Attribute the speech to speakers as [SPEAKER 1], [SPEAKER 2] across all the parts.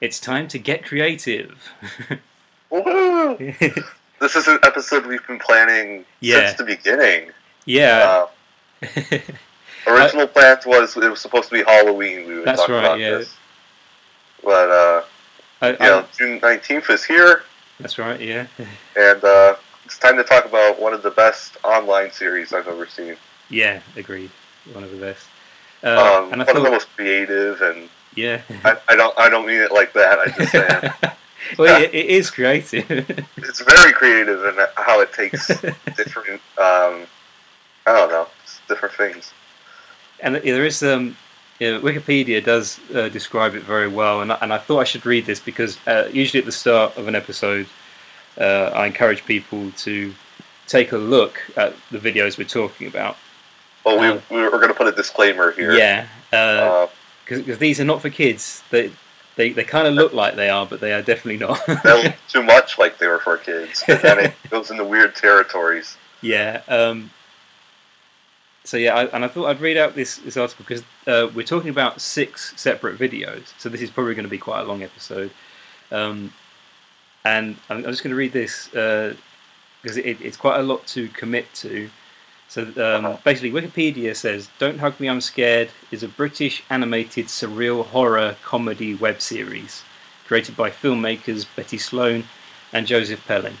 [SPEAKER 1] It's time to get creative.
[SPEAKER 2] Woohoo! This is an episode we've been planning
[SPEAKER 1] Yeah.
[SPEAKER 2] since the beginning.
[SPEAKER 1] yeah.
[SPEAKER 2] Uh, original plans was it was supposed to be Halloween. We would
[SPEAKER 1] That's
[SPEAKER 2] talk
[SPEAKER 1] right,
[SPEAKER 2] about
[SPEAKER 1] yeah. Um,
[SPEAKER 2] this, but uh,
[SPEAKER 1] I-
[SPEAKER 2] you
[SPEAKER 1] I-
[SPEAKER 2] know, June nineteenth is here,
[SPEAKER 1] that's right, yeah.
[SPEAKER 2] and uh, it's time to talk about one of the best online series I've ever seen.
[SPEAKER 1] Yeah, agreed. One of the best. Uh,
[SPEAKER 2] um,
[SPEAKER 1] and I
[SPEAKER 2] one of the
[SPEAKER 1] thought,
[SPEAKER 2] most creative, and
[SPEAKER 1] yeah.
[SPEAKER 2] I, I don't I don't mean it like that. I just am.
[SPEAKER 1] well, it, it is creative.
[SPEAKER 2] it's very creative in how it takes different. Um, I don't know, just different things.
[SPEAKER 1] and there is um, yeah, Wikipedia does uh, describe it very well, and I, and I thought I should read this because uh, usually at the start of an episode, uh, I encourage people to take a look at the videos we're talking about.
[SPEAKER 2] Well, we,
[SPEAKER 1] Uh,
[SPEAKER 2] we were going to put a disclaimer here.
[SPEAKER 1] Yeah, because
[SPEAKER 2] Uh,
[SPEAKER 1] these are not for kids. They they, they kind of look like they are, but they are definitely not.
[SPEAKER 2] that looked too much like they were for kids, and then it goes into weird territories.
[SPEAKER 1] Yeah. Um, so yeah, I, and I thought I'd read out this this article because uh, we're talking about six separate videos, so this is probably going to be quite a long episode. Um, and I'm, I'm just going to read this because it, it, it's quite a lot to commit to. So um,
[SPEAKER 2] Uh-huh.
[SPEAKER 1] basically, Wikipedia says "Don't Hug Me, I'm Scared" is a British animated surreal horror comedy web series created by filmmakers Betty Sloan and Joseph Pelling.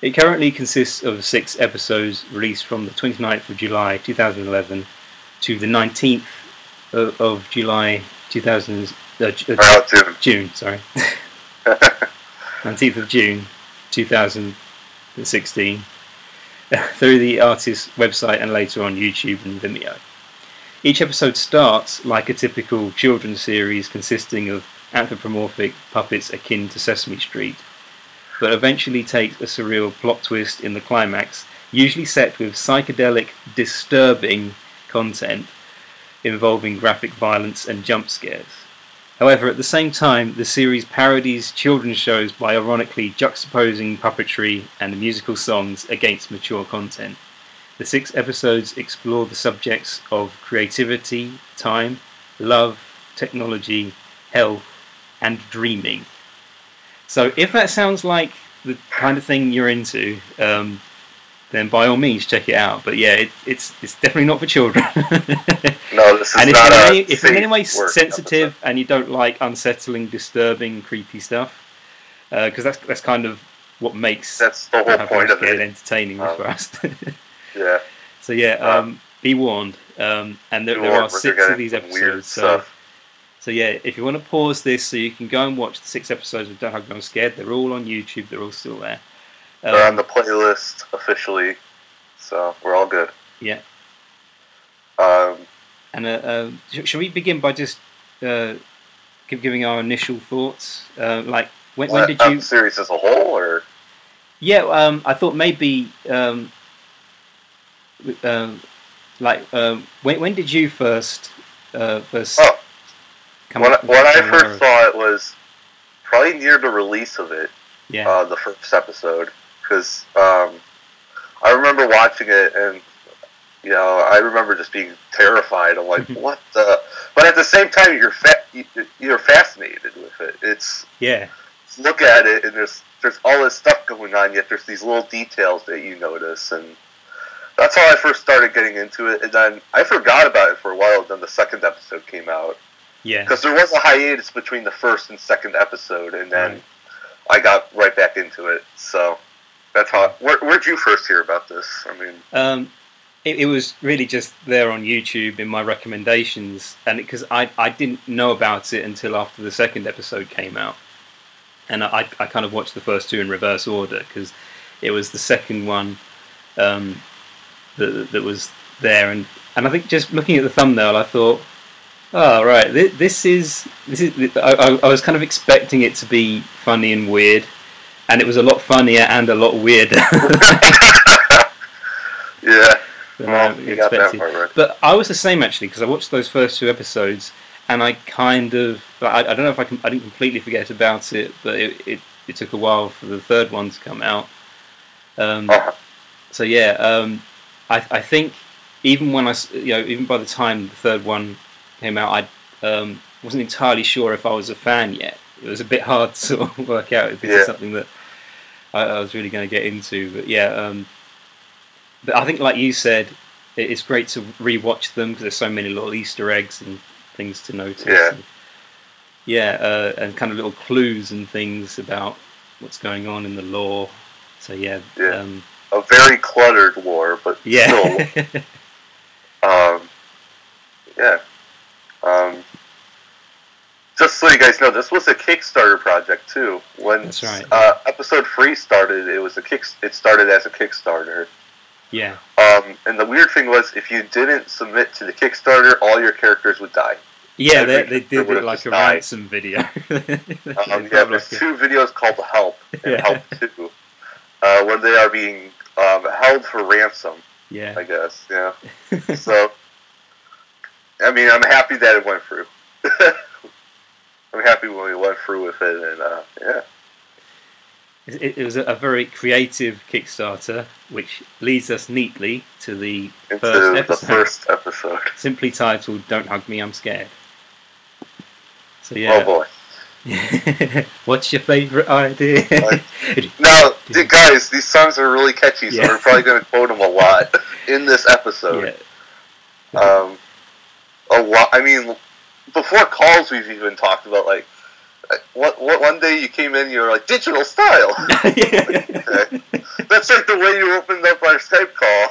[SPEAKER 1] It currently consists of six episodes released from the 29th of July 2011 to the 19th of, of July 2000, uh, Ju-
[SPEAKER 2] Or
[SPEAKER 1] uh,
[SPEAKER 2] out June.
[SPEAKER 1] June, sorry. 19th of June 2016 through the artist's website and later on YouTube and Vimeo. Each episode starts like a typical children's series consisting of anthropomorphic puppets akin to Sesame Street, but eventually takes a surreal plot twist in the climax, usually set with psychedelic, disturbing content involving graphic violence and jump scares. However, at the same time, the series parodies children's shows by ironically juxtaposing puppetry and musical songs against mature content. The six episodes explore the subjects of creativity, time, love, technology, health, and dreaming. So, if that sounds like the kind of thing you're into, um, then by all means check it out. But yeah, it, it's it's definitely not for children.
[SPEAKER 2] No, this is
[SPEAKER 1] and if
[SPEAKER 2] not
[SPEAKER 1] you're,
[SPEAKER 2] a
[SPEAKER 1] any, if you're in any
[SPEAKER 2] safe
[SPEAKER 1] way
[SPEAKER 2] work
[SPEAKER 1] sensitive and you don't like unsettling, disturbing, creepy stuff, because that's that's kind of what makes
[SPEAKER 2] episode. That's the whole
[SPEAKER 1] Have
[SPEAKER 2] point
[SPEAKER 1] Us
[SPEAKER 2] of
[SPEAKER 1] get
[SPEAKER 2] it.
[SPEAKER 1] entertaining
[SPEAKER 2] Um,
[SPEAKER 1] for us.
[SPEAKER 2] Yeah,
[SPEAKER 1] so yeah,
[SPEAKER 2] uh,
[SPEAKER 1] um, be warned. Um, and there,
[SPEAKER 2] You
[SPEAKER 1] there
[SPEAKER 2] are-
[SPEAKER 1] are
[SPEAKER 2] we're
[SPEAKER 1] six
[SPEAKER 2] getting
[SPEAKER 1] of these
[SPEAKER 2] some
[SPEAKER 1] episodes. So, so yeah, if you want to pause this, so you can go and watch the six episodes of Don't Hug Me, I'm Scared. They're all on YouTube. They're all still there.
[SPEAKER 2] They're on
[SPEAKER 1] Um,
[SPEAKER 2] the playlist officially, so we're all good.
[SPEAKER 1] Yeah.
[SPEAKER 2] Um,
[SPEAKER 1] And uh, uh, sh- should we begin by just uh, give, giving our initial thoughts? Uh, like, when, when
[SPEAKER 2] what,
[SPEAKER 1] did
[SPEAKER 2] um,
[SPEAKER 1] you?
[SPEAKER 2] series as a whole, or
[SPEAKER 1] Yeah, um, I thought maybe, um, w- um, like, um, when, when did you first uh, first
[SPEAKER 2] Oh.
[SPEAKER 1] come
[SPEAKER 2] when,
[SPEAKER 1] up
[SPEAKER 2] I-
[SPEAKER 1] with
[SPEAKER 2] when
[SPEAKER 1] that
[SPEAKER 2] I
[SPEAKER 1] genre
[SPEAKER 2] first
[SPEAKER 1] of-
[SPEAKER 2] saw it was probably near the release of it.
[SPEAKER 1] Yeah,
[SPEAKER 2] uh, the first episode because um, I remember watching it and you know I remember just being terrified. I'm like, what the? But at the same time, you're fa- you- you're fascinated with it. It's
[SPEAKER 1] yeah,
[SPEAKER 2] look at it and there's there's all this stuff going on, yet there's these little details that you notice and. That's how I first started getting into it, and then I forgot about it for a while. Then the second episode came out
[SPEAKER 1] yeah,
[SPEAKER 2] because there was a hiatus between the first and second episode, and then
[SPEAKER 1] Right.
[SPEAKER 2] I got right back into it. So that's how. Where, where'd you first hear about this? I mean,
[SPEAKER 1] Um, it, it was really just there on YouTube in my recommendations, and because I I didn't know about it until after the second episode came out, and I I kind of watched the first two in reverse order because it was the second one um, that that was there, and and I think just looking at the thumbnail, I thought. Oh right, Th- this is this is. I, I, I was kind of expecting it to be funny and weird, and it was a lot funnier and a lot weirder.
[SPEAKER 2] yeah,
[SPEAKER 1] than
[SPEAKER 2] well,
[SPEAKER 1] I
[SPEAKER 2] you got that
[SPEAKER 1] expected.
[SPEAKER 2] part right.
[SPEAKER 1] But I was the same actually because I watched those first two episodes, and I kind of I, I don't know if I can I didn't completely forget about it, but it, it, it took a while for the third one to come out. Um,
[SPEAKER 2] Uh-huh.
[SPEAKER 1] So yeah, um, I I think even when I s- you know even by the time the third one came out, I um, wasn't entirely sure if I was a fan yet. it was a bit hard to sort of work out if this
[SPEAKER 2] Yeah.
[SPEAKER 1] is something that I, I was really going to get into. But yeah, um, but I think like you said, it, it's great to rewatch them because there's so many little Easter eggs and things to notice.
[SPEAKER 2] Yeah.
[SPEAKER 1] and, yeah, uh, and kind of little clues and things about what's going on in the lore. So yeah,
[SPEAKER 2] Yeah.
[SPEAKER 1] um,
[SPEAKER 2] A very cluttered lore, but still
[SPEAKER 1] yeah,
[SPEAKER 2] Um, yeah. Um, just so you guys know, this was a Kickstarter project too. When
[SPEAKER 1] That's right.
[SPEAKER 2] uh, episode three started, it was a kick. It started as a Kickstarter.
[SPEAKER 1] yeah,
[SPEAKER 2] Um, and the weird thing was, if you didn't submit to the Kickstarter, all your characters would die.
[SPEAKER 1] yeah.
[SPEAKER 2] Every
[SPEAKER 1] They, they
[SPEAKER 2] character
[SPEAKER 1] did
[SPEAKER 2] would
[SPEAKER 1] it
[SPEAKER 2] have
[SPEAKER 1] like
[SPEAKER 2] just
[SPEAKER 1] a
[SPEAKER 2] died.
[SPEAKER 1] ransom video.
[SPEAKER 2] Um, yeah, there's two videos called "Help" and
[SPEAKER 1] Yeah.
[SPEAKER 2] "Help 2, uh, where they are being um, held for ransom.
[SPEAKER 1] yeah,
[SPEAKER 2] I guess, yeah. so, I mean, I'm happy that it went through. I'm happy when we went through with it, and uh, yeah,
[SPEAKER 1] It, it was a, a very creative Kickstarter, which leads us neatly to the
[SPEAKER 2] into
[SPEAKER 1] First
[SPEAKER 2] the
[SPEAKER 1] episode.
[SPEAKER 2] first episode.
[SPEAKER 1] simply titled "Don't Hug Me, I'm Scared." So
[SPEAKER 2] Oh
[SPEAKER 1] yeah,
[SPEAKER 2] boy!
[SPEAKER 1] what's your favourite idea?
[SPEAKER 2] Like- Now, th- guys, these songs are really catchy, so
[SPEAKER 1] Yeah.
[SPEAKER 2] we're probably going to quote them a lot in this episode.
[SPEAKER 1] yeah,
[SPEAKER 2] Um, a lot. I mean, before calls, we've even talked about like, uh, what, what one day you came in, you were like digital style. Okay. That's like the way you opened up our Skype call.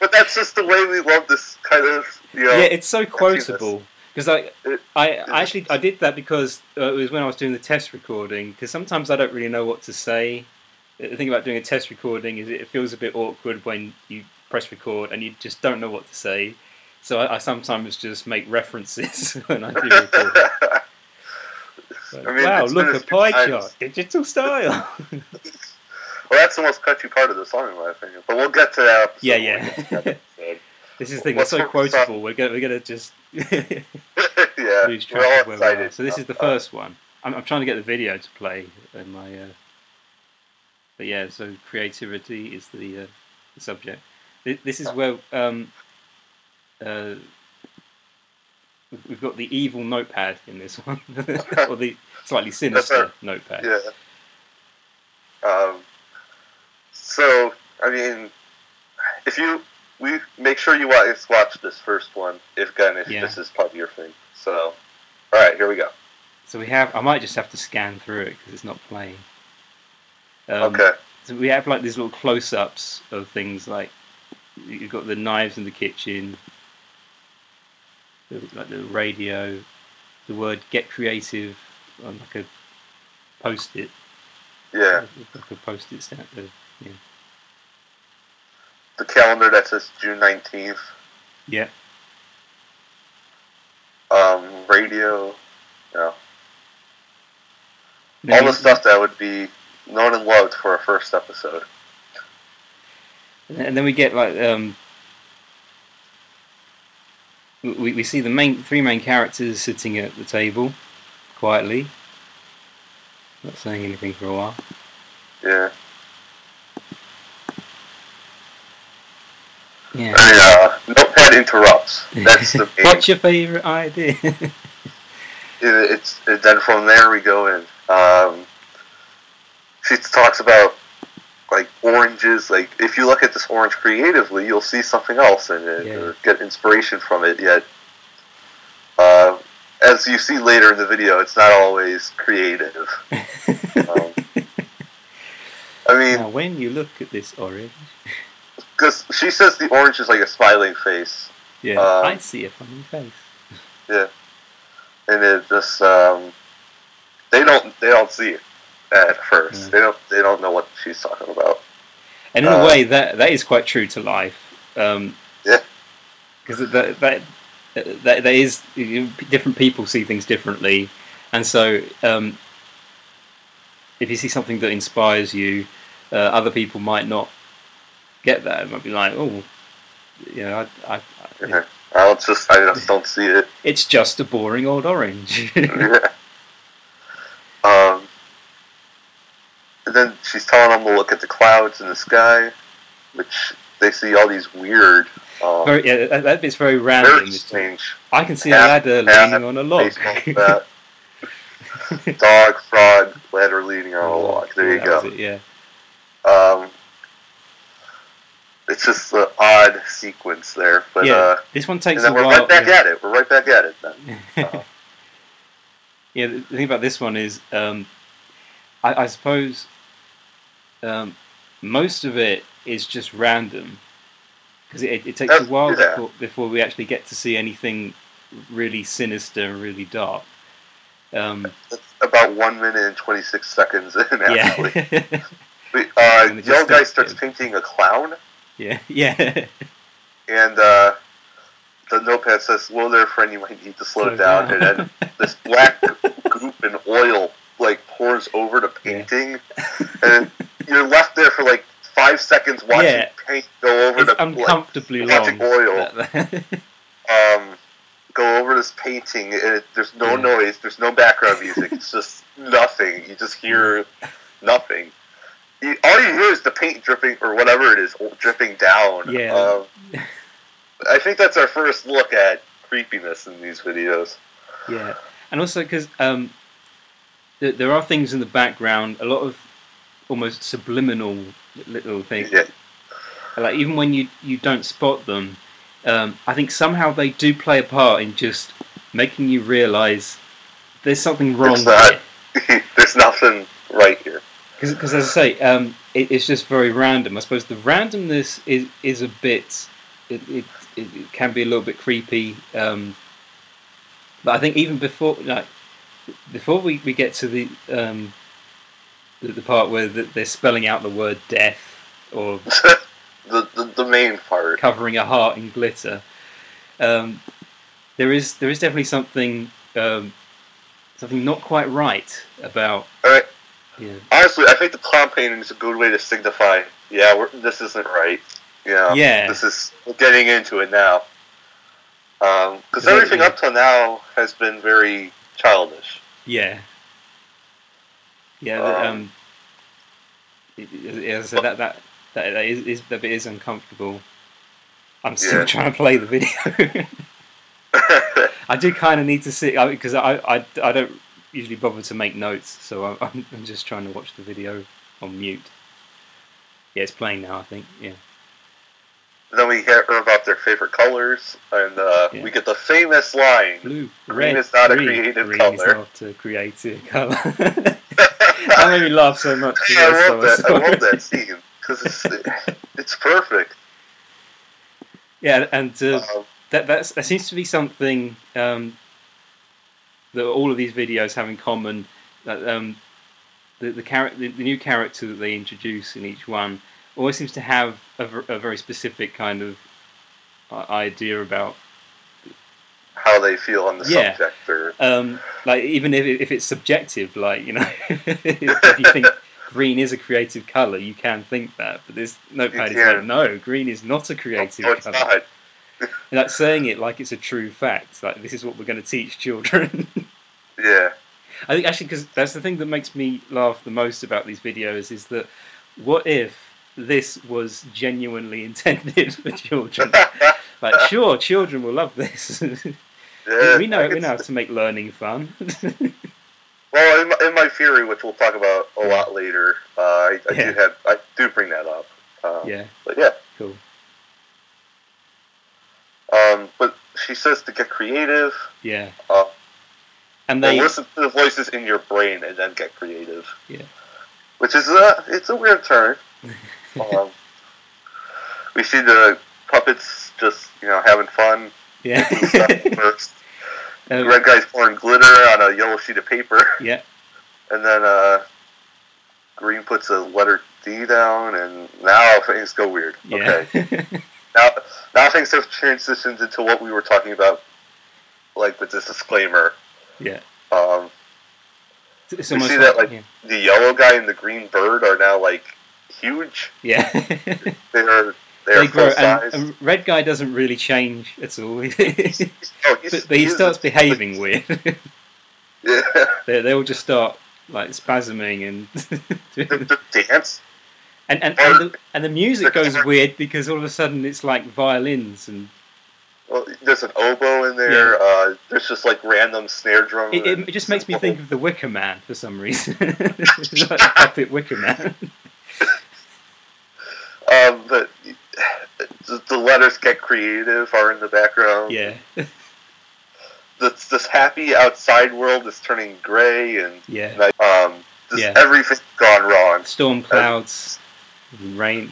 [SPEAKER 2] But that's just the way we love this kind of, you know.
[SPEAKER 1] yeah, it's so
[SPEAKER 2] I've seen
[SPEAKER 1] quotable because I,
[SPEAKER 2] It-
[SPEAKER 1] I I actually I did that because uh, it was when I was doing the test recording because sometimes I don't really know what to say. The thing about doing a test recording is it feels a bit awkward when you press record and you just don't know what to say. So I, I sometimes just make references when I do record. Like,
[SPEAKER 2] I mean,
[SPEAKER 1] wow,
[SPEAKER 2] it's
[SPEAKER 1] look
[SPEAKER 2] been a
[SPEAKER 1] a
[SPEAKER 2] few
[SPEAKER 1] pie
[SPEAKER 2] times.
[SPEAKER 1] chart, digital style.
[SPEAKER 2] well, that's the most catchy part of the song, in my opinion. But we'll get to that episode.
[SPEAKER 1] Yeah,
[SPEAKER 2] when
[SPEAKER 1] yeah.
[SPEAKER 2] we get to that episode.
[SPEAKER 1] this is the thing.
[SPEAKER 2] What's
[SPEAKER 1] It's so
[SPEAKER 2] up with that?
[SPEAKER 1] quotable. We're gonna we're gonna just
[SPEAKER 2] yeah,
[SPEAKER 1] lose
[SPEAKER 2] we're all
[SPEAKER 1] track of where we
[SPEAKER 2] excited. Uh,
[SPEAKER 1] are. So this is the
[SPEAKER 2] about that.
[SPEAKER 1] first one. I'm, I'm trying to get the video to play in my. Uh, but yeah, so creativity is the, uh, the subject. Th- This is where um, uh, we've- we've got the evil notepad in this one, or the slightly sinister notepad.
[SPEAKER 2] Yeah. Um, so, I mean, if you, we make sure you watch, watch this first one, if gun, if
[SPEAKER 1] Yeah.
[SPEAKER 2] this is part of your thing. So, all right, here we go.
[SPEAKER 1] So we have. I might just have to scan through it because it's not playing. Um,
[SPEAKER 2] okay.
[SPEAKER 1] So we have like these little close-ups of things like you've got the knives in the kitchen, the, like the radio, the word "get creative" on like a post-it,
[SPEAKER 2] Yeah.
[SPEAKER 1] like a post-it stamp. uh,
[SPEAKER 2] The calendar that says June 19th.
[SPEAKER 1] Yeah,
[SPEAKER 2] Um, radio. No.
[SPEAKER 1] And then
[SPEAKER 2] All the
[SPEAKER 1] you-
[SPEAKER 2] stuff that would be known and loved for a first episode.
[SPEAKER 1] and then we get like um, we we see the main three main characters sitting at the table quietly, not saying anything for a while.
[SPEAKER 2] Yeah.
[SPEAKER 1] Yeah.
[SPEAKER 2] And, uh, Notepad interrupts. That's the main.
[SPEAKER 1] What's your favourite idea?
[SPEAKER 2] it, it's it, then from there we go in. Um, she talks about like oranges. Like if you look at this orange creatively, you'll see something else in it
[SPEAKER 1] Yeah.
[SPEAKER 2] or get inspiration from it. Yet, uh, as you see later in the video, it's not always creative. Um, I mean,
[SPEAKER 1] now, when you look at this orange,
[SPEAKER 2] because she says the orange is like a smiling face,
[SPEAKER 1] yeah,
[SPEAKER 2] Um,
[SPEAKER 1] I see a funny face.
[SPEAKER 2] and it just um, they don't they don't see it at first.
[SPEAKER 1] Yeah.
[SPEAKER 2] They don't they don't know what she's talking about.
[SPEAKER 1] And in
[SPEAKER 2] uh,
[SPEAKER 1] a way, that that is quite true to life. Um,
[SPEAKER 2] Yeah.
[SPEAKER 1] Because that that, that that is you know, different people see things differently, and so um, if you see something that inspires you, uh, other people might not get that. It might be like, oh, you know, I, I, I,
[SPEAKER 2] Yeah. I don't just I just don't see it.
[SPEAKER 1] it's just a boring old orange.
[SPEAKER 2] Yeah. Um. And then she's telling them to look at the clouds in the sky, which they see all these weird, um,
[SPEAKER 1] very, yeah, that, that bit's very
[SPEAKER 2] very
[SPEAKER 1] random.
[SPEAKER 2] strange
[SPEAKER 1] I can see a
[SPEAKER 2] Yeah,
[SPEAKER 1] ladder
[SPEAKER 2] yeah,
[SPEAKER 1] leaning on a log.
[SPEAKER 2] baseball bat. Dog, frog, ladder leading on a log. Oh, There you
[SPEAKER 1] That
[SPEAKER 2] go.
[SPEAKER 1] was it, Oh, yeah.
[SPEAKER 2] Um, it's just an odd sequence there, but
[SPEAKER 1] yeah.
[SPEAKER 2] uh,
[SPEAKER 1] this one
[SPEAKER 2] and
[SPEAKER 1] takes a
[SPEAKER 2] then we're
[SPEAKER 1] while.
[SPEAKER 2] right back
[SPEAKER 1] yeah.
[SPEAKER 2] at it. We're right back at it. Then. Uh,
[SPEAKER 1] Yeah, the thing about this one is, um, I, I suppose um, most of it is just random because it, it takes a
[SPEAKER 2] That's-
[SPEAKER 1] while
[SPEAKER 2] yeah.
[SPEAKER 1] before, before we actually get to see anything really sinister and really dark. Um,
[SPEAKER 2] it's about one minute and twenty six seconds in. Actually,
[SPEAKER 1] yeah,
[SPEAKER 2] We- uh,
[SPEAKER 1] And it just
[SPEAKER 2] yellow guy
[SPEAKER 1] starts-
[SPEAKER 2] starts painting a clown,
[SPEAKER 1] yeah, yeah.
[SPEAKER 2] and uh, the notepad says, "Slow there, friend. You might need to slow,
[SPEAKER 1] Slow
[SPEAKER 2] down."
[SPEAKER 1] down.
[SPEAKER 2] And then this black goop and oil like pours over the painting, and you're left there for like five seconds watching
[SPEAKER 1] Yeah.
[SPEAKER 2] paint go over
[SPEAKER 1] It's
[SPEAKER 2] the like,
[SPEAKER 1] uncomfortably
[SPEAKER 2] watching
[SPEAKER 1] long.
[SPEAKER 2] oil.
[SPEAKER 1] That-
[SPEAKER 2] um, go over this painting, and it, there's
[SPEAKER 1] Yeah.
[SPEAKER 2] no noise, there's no background music, it's just nothing. You just hear nothing. You, all you hear is the paint dripping, or whatever it is, dripping down.
[SPEAKER 1] Yeah.
[SPEAKER 2] Um, I think that's our first look at creepiness in these videos.
[SPEAKER 1] yeah, and also because um, th- there are things in the background, a lot of almost subliminal little things.
[SPEAKER 2] Yeah.
[SPEAKER 1] like even when you you don't spot them um, i think somehow they do play a part in just making you realize there's something wrong
[SPEAKER 2] There's that. there's nothing right here.
[SPEAKER 1] because as i say um, it, it's just very random i suppose the randomness is is a bit it, it, it it can be a little bit creepy um, but i think even before like before we, we get to the um, the, the part where th they're spelling out the word death or
[SPEAKER 2] the, the, the main part.
[SPEAKER 1] covering a heart in glitter. Um, there is there is definitely something um, something not quite right about
[SPEAKER 2] All right.
[SPEAKER 1] yeah
[SPEAKER 2] Honestly, I think the clown painting is a good way to signify, yeah, we're, this isn't right. Yeah.
[SPEAKER 1] yeah
[SPEAKER 2] Um, This is we're getting into it now. Because
[SPEAKER 1] Yeah,
[SPEAKER 2] everything
[SPEAKER 1] yeah.
[SPEAKER 2] up till now has been very childish.
[SPEAKER 1] yeah yeah. the- Um, it- it- yeah, so that that that, that is, is that bit is uncomfortable. I'm still
[SPEAKER 2] Yeah.
[SPEAKER 1] trying to play the video. I do kind of need to see because I, I I don't usually bother to make notes, so I'm- I'm I'm just trying to watch the video on mute. Yeah, it's playing now. I think. Yeah.
[SPEAKER 2] then we hear about their favorite colors, and uh,
[SPEAKER 1] Yeah.
[SPEAKER 2] we get the famous line.
[SPEAKER 1] Blue,
[SPEAKER 2] Green
[SPEAKER 1] red,
[SPEAKER 2] is not a
[SPEAKER 1] green.
[SPEAKER 2] creative
[SPEAKER 1] green
[SPEAKER 2] colour.
[SPEAKER 1] is not a creative color. that made me laugh so much. the
[SPEAKER 2] I
[SPEAKER 1] first time
[SPEAKER 2] love that. I
[SPEAKER 1] saw
[SPEAKER 2] love
[SPEAKER 1] it.
[SPEAKER 2] that scene because it's, it's perfect.
[SPEAKER 1] Yeah, and uh,
[SPEAKER 2] Um,
[SPEAKER 1] that that's, that seems to be something um, that all of these videos have in common. That um, the the, char- the the new character that they introduce in each one always seems to have a, ver- a very specific kind of i- idea about
[SPEAKER 2] how they feel on the
[SPEAKER 1] Yeah.
[SPEAKER 2] subject, or
[SPEAKER 1] um, like even if, it- if it's subjective, like you know, if you think green is a creative color, you can think that. But this notepad is
[SPEAKER 2] Yeah.
[SPEAKER 1] like, no, green is not a creative
[SPEAKER 2] or it's
[SPEAKER 1] color.
[SPEAKER 2] not.
[SPEAKER 1] And that's saying it like it's a true fact. Like this is what we're going to teach children.
[SPEAKER 2] Yeah,
[SPEAKER 1] I think actually, because that's the thing that makes me laugh the most about these videos is that what if this was genuinely intended for children? like, sure, children will love this.
[SPEAKER 2] yeah.
[SPEAKER 1] we
[SPEAKER 2] I
[SPEAKER 1] know
[SPEAKER 2] can
[SPEAKER 1] we know how to make learning fun.
[SPEAKER 2] Well, in my, in my theory, which we'll talk about a lot later, uh, I, I
[SPEAKER 1] Yeah.
[SPEAKER 2] do have I do bring that up. Um,
[SPEAKER 1] yeah,
[SPEAKER 2] But yeah,
[SPEAKER 1] cool.
[SPEAKER 2] um, but she says to get creative,
[SPEAKER 1] Yeah.
[SPEAKER 2] uh,
[SPEAKER 1] And
[SPEAKER 2] or
[SPEAKER 1] they,
[SPEAKER 2] listen to the voices in your brain, and then get creative.
[SPEAKER 1] Yeah.
[SPEAKER 2] Which is a it's a weird turn. um, we see the puppets just you know having fun.
[SPEAKER 1] yeah,
[SPEAKER 2] First, the
[SPEAKER 1] Um,
[SPEAKER 2] red guy's pouring glitter on a yellow sheet of paper.
[SPEAKER 1] yeah,
[SPEAKER 2] And then uh, Green puts a letter D down, and now things go weird.
[SPEAKER 1] yeah,
[SPEAKER 2] Okay, now now things have transitioned into what we were talking about, like with this disclaimer.
[SPEAKER 1] yeah.
[SPEAKER 2] Um,
[SPEAKER 1] It's
[SPEAKER 2] We
[SPEAKER 1] almost
[SPEAKER 2] see that,
[SPEAKER 1] yeah,
[SPEAKER 2] the yellow guy and the green bird are now like huge.
[SPEAKER 1] yeah.
[SPEAKER 2] They're they're
[SPEAKER 1] they grow,
[SPEAKER 2] full
[SPEAKER 1] and,
[SPEAKER 2] size.
[SPEAKER 1] and red guy doesn't really change at all. but,
[SPEAKER 2] oh, he's,
[SPEAKER 1] but he
[SPEAKER 2] he's-
[SPEAKER 1] starts behaving weird.
[SPEAKER 2] Yeah,
[SPEAKER 1] they, they all just start like spasming and
[SPEAKER 2] the, the dance.
[SPEAKER 1] and and, and, the, and the music goes weird because all of a sudden it's like violins and
[SPEAKER 2] Well, there's an oboe in there. Uh, there's just like random snare drum.
[SPEAKER 1] It,
[SPEAKER 2] and-
[SPEAKER 1] it just makes me think of the Wicker Man for some reason. It's like the puppet Wicker Man.
[SPEAKER 2] Um, but the, the letters "Get Creative" are in the background.
[SPEAKER 1] Yeah,
[SPEAKER 2] This, this happy outside world is turning gray, and
[SPEAKER 1] yeah.
[SPEAKER 2] like, um, just
[SPEAKER 1] Yeah.
[SPEAKER 2] everything's gone wrong.
[SPEAKER 1] Storm clouds, rain.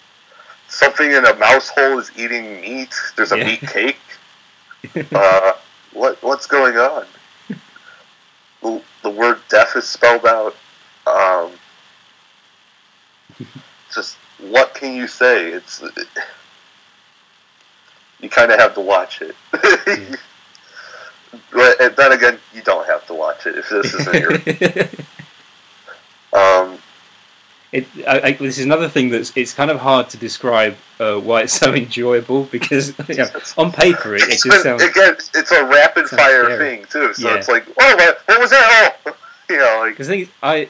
[SPEAKER 2] Something in a mouse hole is eating meat. There's a
[SPEAKER 1] Yeah.
[SPEAKER 2] meat cake. uh, what what's going on? The, the word "deaf" is spelled out. Um, just what can you say? It's you kind of have to watch it.
[SPEAKER 1] Yeah.
[SPEAKER 2] But and then again, you don't have to watch it if this isn't your. Um,
[SPEAKER 1] It, I, I, this is another thing that's it's kind of hard to describe uh, why it's so enjoyable because you know, on paper it, it just
[SPEAKER 2] But
[SPEAKER 1] sounds
[SPEAKER 2] again, it's a rapid
[SPEAKER 1] sounds
[SPEAKER 2] fire
[SPEAKER 1] scary.
[SPEAKER 2] thing too. So
[SPEAKER 1] Yeah.
[SPEAKER 2] it's like, oh, what, what was that? Oh, you know, like
[SPEAKER 1] Because the thing is, I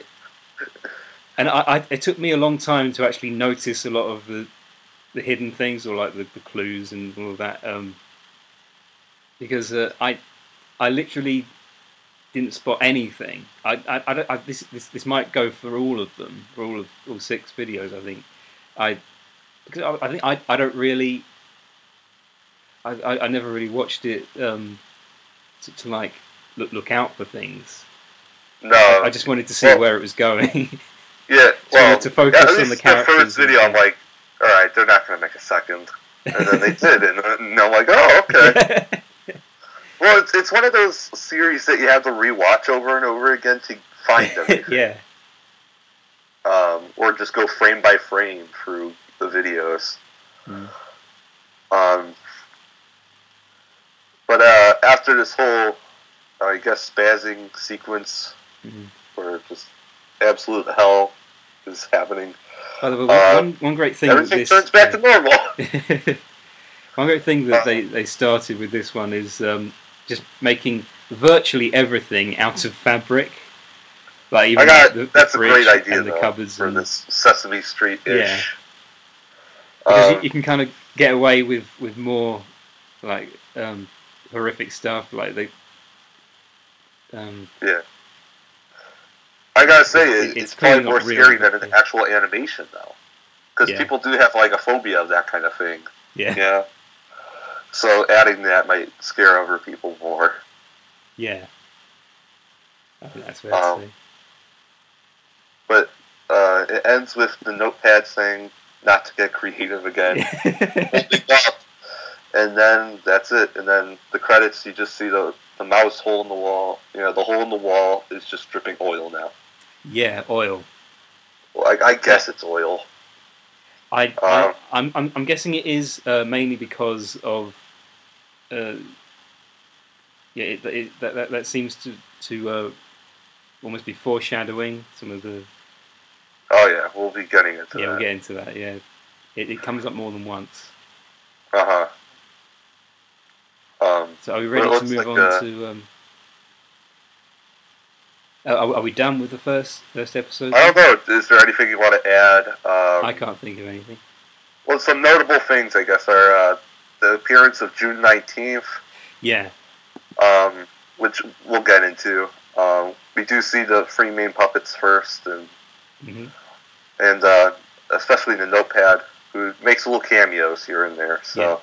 [SPEAKER 1] and I, I, it took me a long time to actually notice a lot of the the hidden things or like the, the clues and all of that. Um, because uh, I I literally didn't spot anything. I, I, I, don't- I this, this this might go for all of them, for all of all six videos. I think I because I, I think I, I don't really I, I, I never really watched it um, to, to like look, look out for things.
[SPEAKER 2] no,
[SPEAKER 1] I just wanted to see
[SPEAKER 2] Well-
[SPEAKER 1] where it was going.
[SPEAKER 2] yeah.
[SPEAKER 1] So
[SPEAKER 2] Well,
[SPEAKER 1] to focus
[SPEAKER 2] at
[SPEAKER 1] on the
[SPEAKER 2] least
[SPEAKER 1] characters
[SPEAKER 2] first video,
[SPEAKER 1] and-
[SPEAKER 2] I'm like, all right, they're not going to make a second, and then they did, and, and I'm like, oh, okay. well, it's, it's one of those series that you have to rewatch over and over again to find them,
[SPEAKER 1] yeah,
[SPEAKER 2] um, or just go frame by frame through the videos.
[SPEAKER 1] Mm.
[SPEAKER 2] Um, but uh, after this whole, uh, I guess, spazzing sequence,
[SPEAKER 1] Mhm.
[SPEAKER 2] where just absolute hell is happening,
[SPEAKER 1] By the way,
[SPEAKER 2] Uh,
[SPEAKER 1] one, one great thing that
[SPEAKER 2] everything
[SPEAKER 1] this
[SPEAKER 2] turns back Uh, to normal.
[SPEAKER 1] one great thing that they, they started with this one is um, just making virtually everything out of fabric. Like even
[SPEAKER 2] I got
[SPEAKER 1] the, the
[SPEAKER 2] that's a great
[SPEAKER 1] fridge
[SPEAKER 2] idea
[SPEAKER 1] and the
[SPEAKER 2] though,
[SPEAKER 1] cupboards
[SPEAKER 2] for
[SPEAKER 1] and
[SPEAKER 2] this Sesame Um, Street ish.
[SPEAKER 1] because
[SPEAKER 2] Uh,
[SPEAKER 1] you, you can kind of get away with with more like um, horrific stuff. Like they, um,
[SPEAKER 2] I gotta say,
[SPEAKER 1] It's-
[SPEAKER 2] it,
[SPEAKER 1] it's
[SPEAKER 2] it's, probably
[SPEAKER 1] clearly
[SPEAKER 2] more
[SPEAKER 1] not real,
[SPEAKER 2] scary
[SPEAKER 1] but
[SPEAKER 2] than an
[SPEAKER 1] yeah.
[SPEAKER 2] actual animation though, because
[SPEAKER 1] Yeah.
[SPEAKER 2] people do have like a phobia of that kind of thing.
[SPEAKER 1] yeah, yeah,
[SPEAKER 2] Yeah. So adding that might scare over people more.
[SPEAKER 1] I think that's fair to
[SPEAKER 2] Um,
[SPEAKER 1] say.
[SPEAKER 2] But uh, it ends with the notepad saying not to get creative again. Holding up. and then that's it. And then the credits, you just see the, the mouse hole in the wall. You know, the hole in the wall is just dripping oil now.
[SPEAKER 1] yeah, oil.
[SPEAKER 2] Well, I, I guess it's oil.
[SPEAKER 1] I,
[SPEAKER 2] Uh,
[SPEAKER 1] I I'm, I'm I'm guessing it is uh, mainly because of uh, yeah it, it, that, that that seems to to uh, almost be foreshadowing some of the
[SPEAKER 2] Oh, yeah, we'll be getting into
[SPEAKER 1] yeah we'll
[SPEAKER 2] that.
[SPEAKER 1] get into that yeah it, it comes up more than once
[SPEAKER 2] uh huh. Um,
[SPEAKER 1] so are we
[SPEAKER 2] Well,
[SPEAKER 1] ready
[SPEAKER 2] it
[SPEAKER 1] to
[SPEAKER 2] looks
[SPEAKER 1] move
[SPEAKER 2] like,
[SPEAKER 1] on
[SPEAKER 2] uh,
[SPEAKER 1] to um, are, are- are we done with the first first episode
[SPEAKER 2] I don't know. Is there anything you want to add? Um,
[SPEAKER 1] I can't think of anything
[SPEAKER 2] Well, some notable things, I guess, are uh, the appearance of June 19th,
[SPEAKER 1] yeah
[SPEAKER 2] um, which we'll get into. Um, we do see the three main puppets first, and,
[SPEAKER 1] hmm
[SPEAKER 2] and uh, especially the Notepad, who makes little cameos here and there. So,
[SPEAKER 1] Yeah.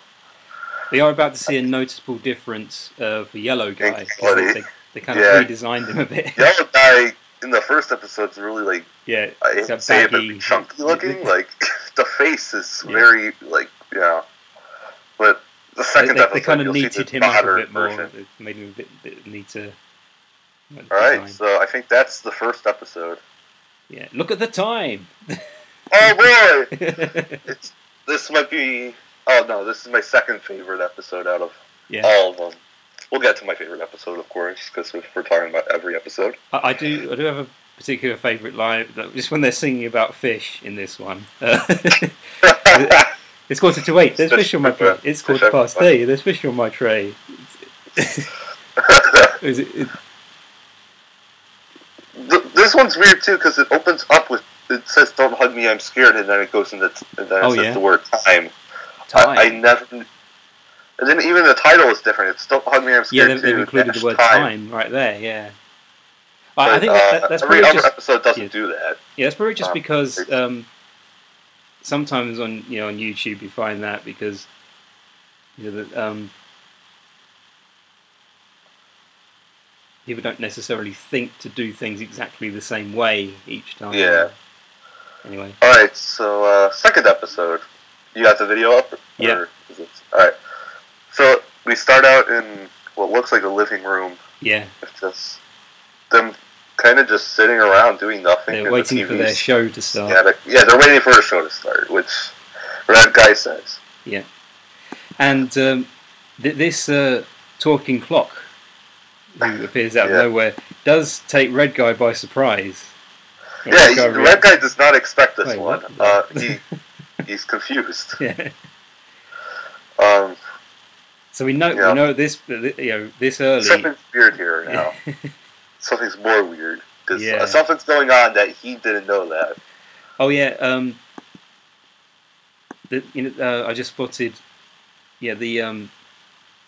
[SPEAKER 1] They are about to see a noticeable difference uh, for Yellow Guy. 'cause They, they, they kind of
[SPEAKER 2] Yeah.
[SPEAKER 1] redesigned him a bit.
[SPEAKER 2] the other guy in the first episode's really like
[SPEAKER 1] yeah,
[SPEAKER 2] I hate
[SPEAKER 1] It's
[SPEAKER 2] to
[SPEAKER 1] a
[SPEAKER 2] say it, but
[SPEAKER 1] baggy-
[SPEAKER 2] chunky looking. like the face is
[SPEAKER 1] Yeah.
[SPEAKER 2] very like yeah, but
[SPEAKER 1] they,
[SPEAKER 2] the second
[SPEAKER 1] they,
[SPEAKER 2] episode
[SPEAKER 1] they kind of
[SPEAKER 2] you'll see
[SPEAKER 1] neated
[SPEAKER 2] the
[SPEAKER 1] him up a
[SPEAKER 2] modern
[SPEAKER 1] bit more.
[SPEAKER 2] version.
[SPEAKER 1] It made him a bit, bit neater. Like,
[SPEAKER 2] All right,
[SPEAKER 1] design.
[SPEAKER 2] so I think that's the first episode.
[SPEAKER 1] Yeah. Look at the time.
[SPEAKER 2] Oh boy,
[SPEAKER 1] yeah.
[SPEAKER 2] it's, this might be. Oh no, this is my second favorite episode out of all of them. We'll get to my favorite episode, of course, because we're talking about every episode.
[SPEAKER 1] I, I do. I do have a particular favourite line. that- Just when they're singing about fish in this one. Uh, it's quarter to eight. There's fish on my plate. It's quarter past eight. There's fish on my tray. Is it, it,
[SPEAKER 2] Th- this one's weird too because it opens up with it says "Don't hug me, I'm scared," and then it goes into t- and then it
[SPEAKER 1] Oh,
[SPEAKER 2] says
[SPEAKER 1] yeah.
[SPEAKER 2] the word time.
[SPEAKER 1] time.
[SPEAKER 2] I, I never. And then even the title is different. It's still Hug Me, I'm
[SPEAKER 1] Yeah,
[SPEAKER 2] Scared
[SPEAKER 1] they've, they've
[SPEAKER 2] Too,
[SPEAKER 1] included
[SPEAKER 2] dash
[SPEAKER 1] the word time right there. Yeah, I, I
[SPEAKER 2] But,
[SPEAKER 1] think
[SPEAKER 2] uh,
[SPEAKER 1] that, that, that's
[SPEAKER 2] every
[SPEAKER 1] probably
[SPEAKER 2] other
[SPEAKER 1] just
[SPEAKER 2] episode doesn't
[SPEAKER 1] yeah.
[SPEAKER 2] do that.
[SPEAKER 1] yeah, that's probably just
[SPEAKER 2] um,
[SPEAKER 1] because um, sometimes on you know on YouTube you find that because you know that um, people don't necessarily think to do things exactly the same way each time.
[SPEAKER 2] Yeah.
[SPEAKER 1] Anyway,
[SPEAKER 2] All right, so uh, second episode. You got the video up? Or
[SPEAKER 1] Yeah.
[SPEAKER 2] is it- All right. So we start out in what looks like a living room.
[SPEAKER 1] yeah,
[SPEAKER 2] It's just them kind of just sitting around doing nothing.
[SPEAKER 1] they're
[SPEAKER 2] and
[SPEAKER 1] waiting
[SPEAKER 2] the
[SPEAKER 1] for their
[SPEAKER 2] TV's
[SPEAKER 1] show to start.
[SPEAKER 2] Yeah, but- yeah, they're waiting for the show to start, which Red Guy says.
[SPEAKER 1] And um, th- this uh, talking clock, who appears out
[SPEAKER 2] Yeah.
[SPEAKER 1] of nowhere, does take Red Guy by surprise.
[SPEAKER 2] Yeah, he, Red Guy does not expect this
[SPEAKER 1] Wait,
[SPEAKER 2] one.
[SPEAKER 1] what?
[SPEAKER 2] Uh, he, he's confused.
[SPEAKER 1] Yeah.
[SPEAKER 2] Um,
[SPEAKER 1] So we know
[SPEAKER 2] Yeah.
[SPEAKER 1] we know this you know this early.
[SPEAKER 2] something's weird here now. something's more weird. 'cause, uh,
[SPEAKER 1] Yeah.
[SPEAKER 2] something's going on that he didn't know that.
[SPEAKER 1] oh yeah. Um, the, you know, uh, I just spotted. Yeah, the um,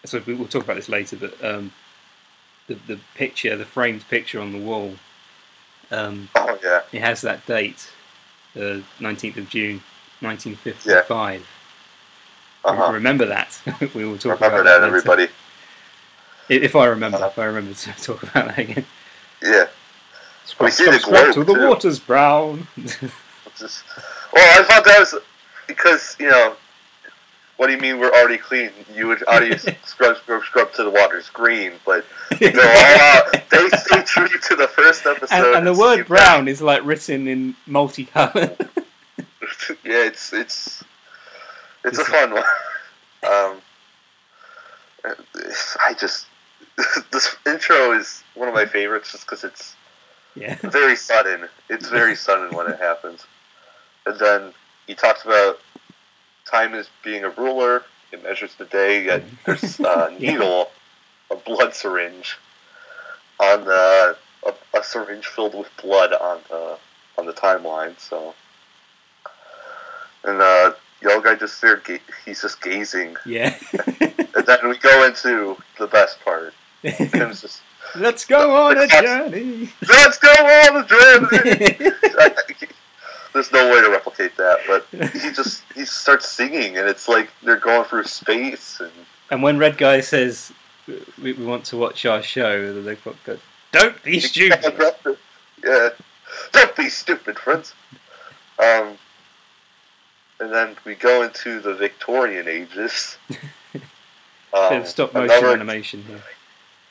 [SPEAKER 1] so we, we'll talk about this later, but um, the the picture, the framed picture on the wall, um,
[SPEAKER 2] Oh, yeah.
[SPEAKER 1] it has that date, uh, 19th of June, 1955.
[SPEAKER 2] Uh-huh.
[SPEAKER 1] Remember that. we will talk
[SPEAKER 2] Remember
[SPEAKER 1] about
[SPEAKER 2] that,
[SPEAKER 1] later.
[SPEAKER 2] everybody.
[SPEAKER 1] If if I remember,
[SPEAKER 2] Uh-huh.
[SPEAKER 1] if I remember to talk about that again.
[SPEAKER 2] Yeah.
[SPEAKER 1] Scrub,
[SPEAKER 2] see the
[SPEAKER 1] scrub, scrub
[SPEAKER 2] globe,
[SPEAKER 1] till the
[SPEAKER 2] too.
[SPEAKER 1] water's brown.
[SPEAKER 2] It's Just, well, I thought that was because, you know, what do you mean we're already clean? You would already scrub, scrub, scrub to the water's green, but no, uh, they stay true to the first episode.
[SPEAKER 1] and, and the word
[SPEAKER 2] Steve-
[SPEAKER 1] brown is like written in multicolour.
[SPEAKER 2] yeah, it's it's it's a
[SPEAKER 1] It's-
[SPEAKER 2] fun one. Um, it's- I just this intro is one of my favorites just because it's
[SPEAKER 1] yeah.
[SPEAKER 2] very sudden. It's very sudden when it happens. And then he talks about time as being a ruler. It measures the day. Yet there's uh, a
[SPEAKER 1] Yeah.
[SPEAKER 2] needle, a blood syringe, on the a, a syringe filled with blood on the on the timeline. So, and uh, the other guy just there. Ga- he's just gazing.
[SPEAKER 1] Yeah.
[SPEAKER 2] And then we go into the best part. Tim's just
[SPEAKER 1] Let's go on a
[SPEAKER 2] That's-
[SPEAKER 1] journey.
[SPEAKER 2] let's go on the journey. There's no way to replicate that, but he just he starts singing, and it's like they're going through space, and
[SPEAKER 1] and when Red Guy says, we, we want to watch our show, the they've got, don't be stupid.
[SPEAKER 2] yeah, don't be stupid, friends. Um, and then we go into the Victorian ages.
[SPEAKER 1] Bit
[SPEAKER 2] Um,
[SPEAKER 1] of stop motion
[SPEAKER 2] another-
[SPEAKER 1] animation here.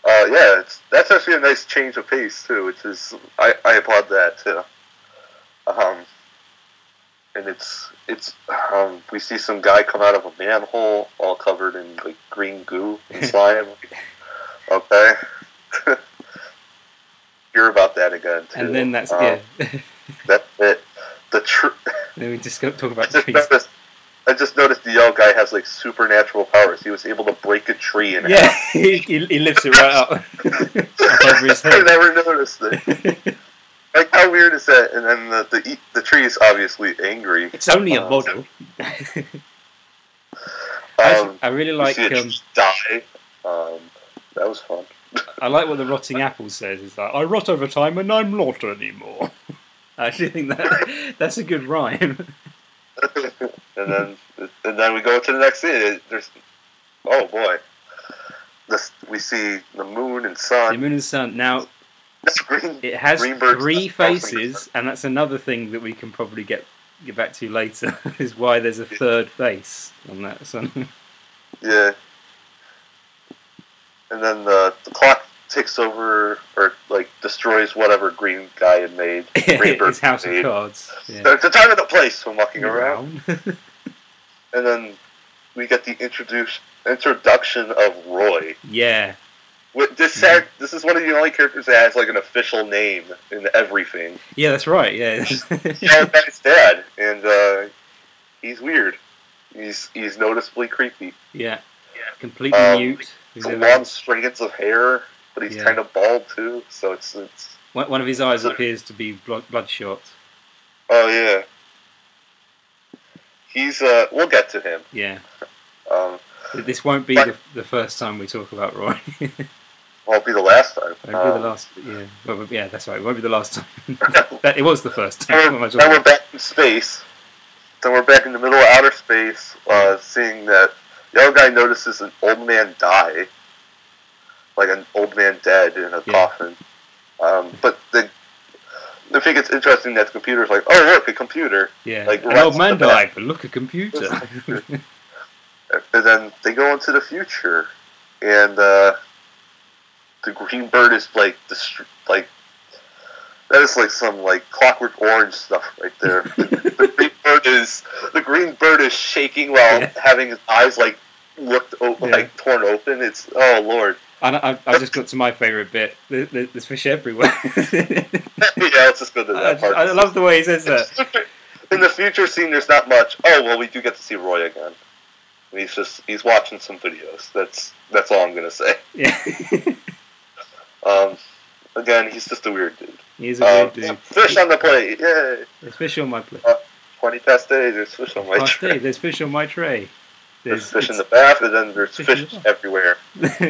[SPEAKER 2] Uh, yeah, it's, that's actually a nice change of pace too, which is I, I applaud that too. Um, and it's it's um, we see some guy come out of a manhole, all covered in like green goo and slime. okay, hear about that again too.
[SPEAKER 1] And then that's,
[SPEAKER 2] Um,
[SPEAKER 1] yeah.
[SPEAKER 2] That's it. The tr-
[SPEAKER 1] then we just go talk
[SPEAKER 2] I
[SPEAKER 1] about
[SPEAKER 2] just
[SPEAKER 1] trees.
[SPEAKER 2] noticed. I just noticed the yellow guy has like supernatural powers. He was able to break a tree in
[SPEAKER 1] Yeah, he, he he lifts it right up.
[SPEAKER 2] half.
[SPEAKER 1] over his
[SPEAKER 2] I
[SPEAKER 1] head.
[SPEAKER 2] never noticed it. Like how weird is that? And then the the, e- the tree is obviously angry.
[SPEAKER 1] it's only a
[SPEAKER 2] Uh,
[SPEAKER 1] model. I,
[SPEAKER 2] Um,
[SPEAKER 1] I really
[SPEAKER 2] you
[SPEAKER 1] like
[SPEAKER 2] see it
[SPEAKER 1] um,
[SPEAKER 2] just die. Um, that was fun.
[SPEAKER 1] I like what the rotting apple says. Is that I rot over time and I'm not anymore. I actually think that that's a good rhyme.
[SPEAKER 2] and then and then we go to the next scene. It- There's oh boy, this we see the moon and
[SPEAKER 1] The
[SPEAKER 2] sun.
[SPEAKER 1] moon and sun. Now
[SPEAKER 2] That's green.
[SPEAKER 1] it has
[SPEAKER 2] Greenberg's
[SPEAKER 1] three
[SPEAKER 2] the Dolphin
[SPEAKER 1] faces, and that's another thing that we can probably get get back to later. Is why there's a third face on that sun.
[SPEAKER 2] Yeah. And then the, the clock takes over or like destroys whatever green guy had made. Greenberg
[SPEAKER 1] it's House of
[SPEAKER 2] made.
[SPEAKER 1] Cards. Yeah.
[SPEAKER 2] So it's the time of the place when walking around. and then we get the introduce introduction of Roy.
[SPEAKER 1] yeah.
[SPEAKER 2] With this sad, this is one of the only characters that has like an official name in everything.
[SPEAKER 1] Yeah, that's right. Yeah.
[SPEAKER 2] Yeah, that's dad, and uh, he's weird. He's he's noticeably creepy.
[SPEAKER 1] yeah. Completely
[SPEAKER 2] Um,
[SPEAKER 1] mute.
[SPEAKER 2] He's long strands of hair, but he's
[SPEAKER 1] Yeah.
[SPEAKER 2] kind of bald too. So it's it's
[SPEAKER 1] One one of his eyes appears to be blood, bloodshot.
[SPEAKER 2] oh yeah. He's uh, we'll get to him.
[SPEAKER 1] Yeah.
[SPEAKER 2] Um,
[SPEAKER 1] This won't be the, the first time we talk about Roy. It'll be
[SPEAKER 2] Won't be the last time.
[SPEAKER 1] the
[SPEAKER 2] Um,
[SPEAKER 1] last. Yeah, well, well, yeah, that's right. It won't be the last time. that, it was the first time. What
[SPEAKER 2] then,
[SPEAKER 1] am I
[SPEAKER 2] we're,
[SPEAKER 1] talking
[SPEAKER 2] then we're
[SPEAKER 1] about?
[SPEAKER 2] back in space. Then we're back in the middle of outer space, uh, seeing that the other guy notices an old man die, like an old man dead in a
[SPEAKER 1] Yeah.
[SPEAKER 2] coffin. Um, but the, I think it's interesting that the computer's like, oh look, a computer,
[SPEAKER 1] Yeah,
[SPEAKER 2] like,
[SPEAKER 1] an old
[SPEAKER 2] right
[SPEAKER 1] man
[SPEAKER 2] at the back.
[SPEAKER 1] died, but look, a computer.
[SPEAKER 2] and then they go into the future, and uh, the green bird is like dist- like that is like some like clockwork orange stuff right there. the, the green bird is the green bird is shaking while
[SPEAKER 1] Yeah.
[SPEAKER 2] having his eyes like looked o-
[SPEAKER 1] Yeah.
[SPEAKER 2] like torn open. It's oh lord,
[SPEAKER 1] and I, I, I just got to my favourite bit. There- there- There's fish everywhere.
[SPEAKER 2] yeah. Let's just go to
[SPEAKER 1] I,
[SPEAKER 2] that
[SPEAKER 1] just-
[SPEAKER 2] part.
[SPEAKER 1] I love the way he says that.
[SPEAKER 2] in the future scene, there's not much. Oh well, we do get to see Roy again. He's just he's watching some videos. That's that's all I'm gonna say.
[SPEAKER 1] Yeah,
[SPEAKER 2] Um, again, he's just a weird dude.
[SPEAKER 1] he's a
[SPEAKER 2] Um,
[SPEAKER 1] weird dude.
[SPEAKER 2] Fish on the plate, yay!
[SPEAKER 1] There's fish on my plate.
[SPEAKER 2] Twenty past eight, there's fish on my
[SPEAKER 1] Past
[SPEAKER 2] tray.
[SPEAKER 1] day, There's fish on my tray.
[SPEAKER 2] There's fish in the bath, and then there's
[SPEAKER 1] Fish in the
[SPEAKER 2] fish
[SPEAKER 1] bath.
[SPEAKER 2] everywhere.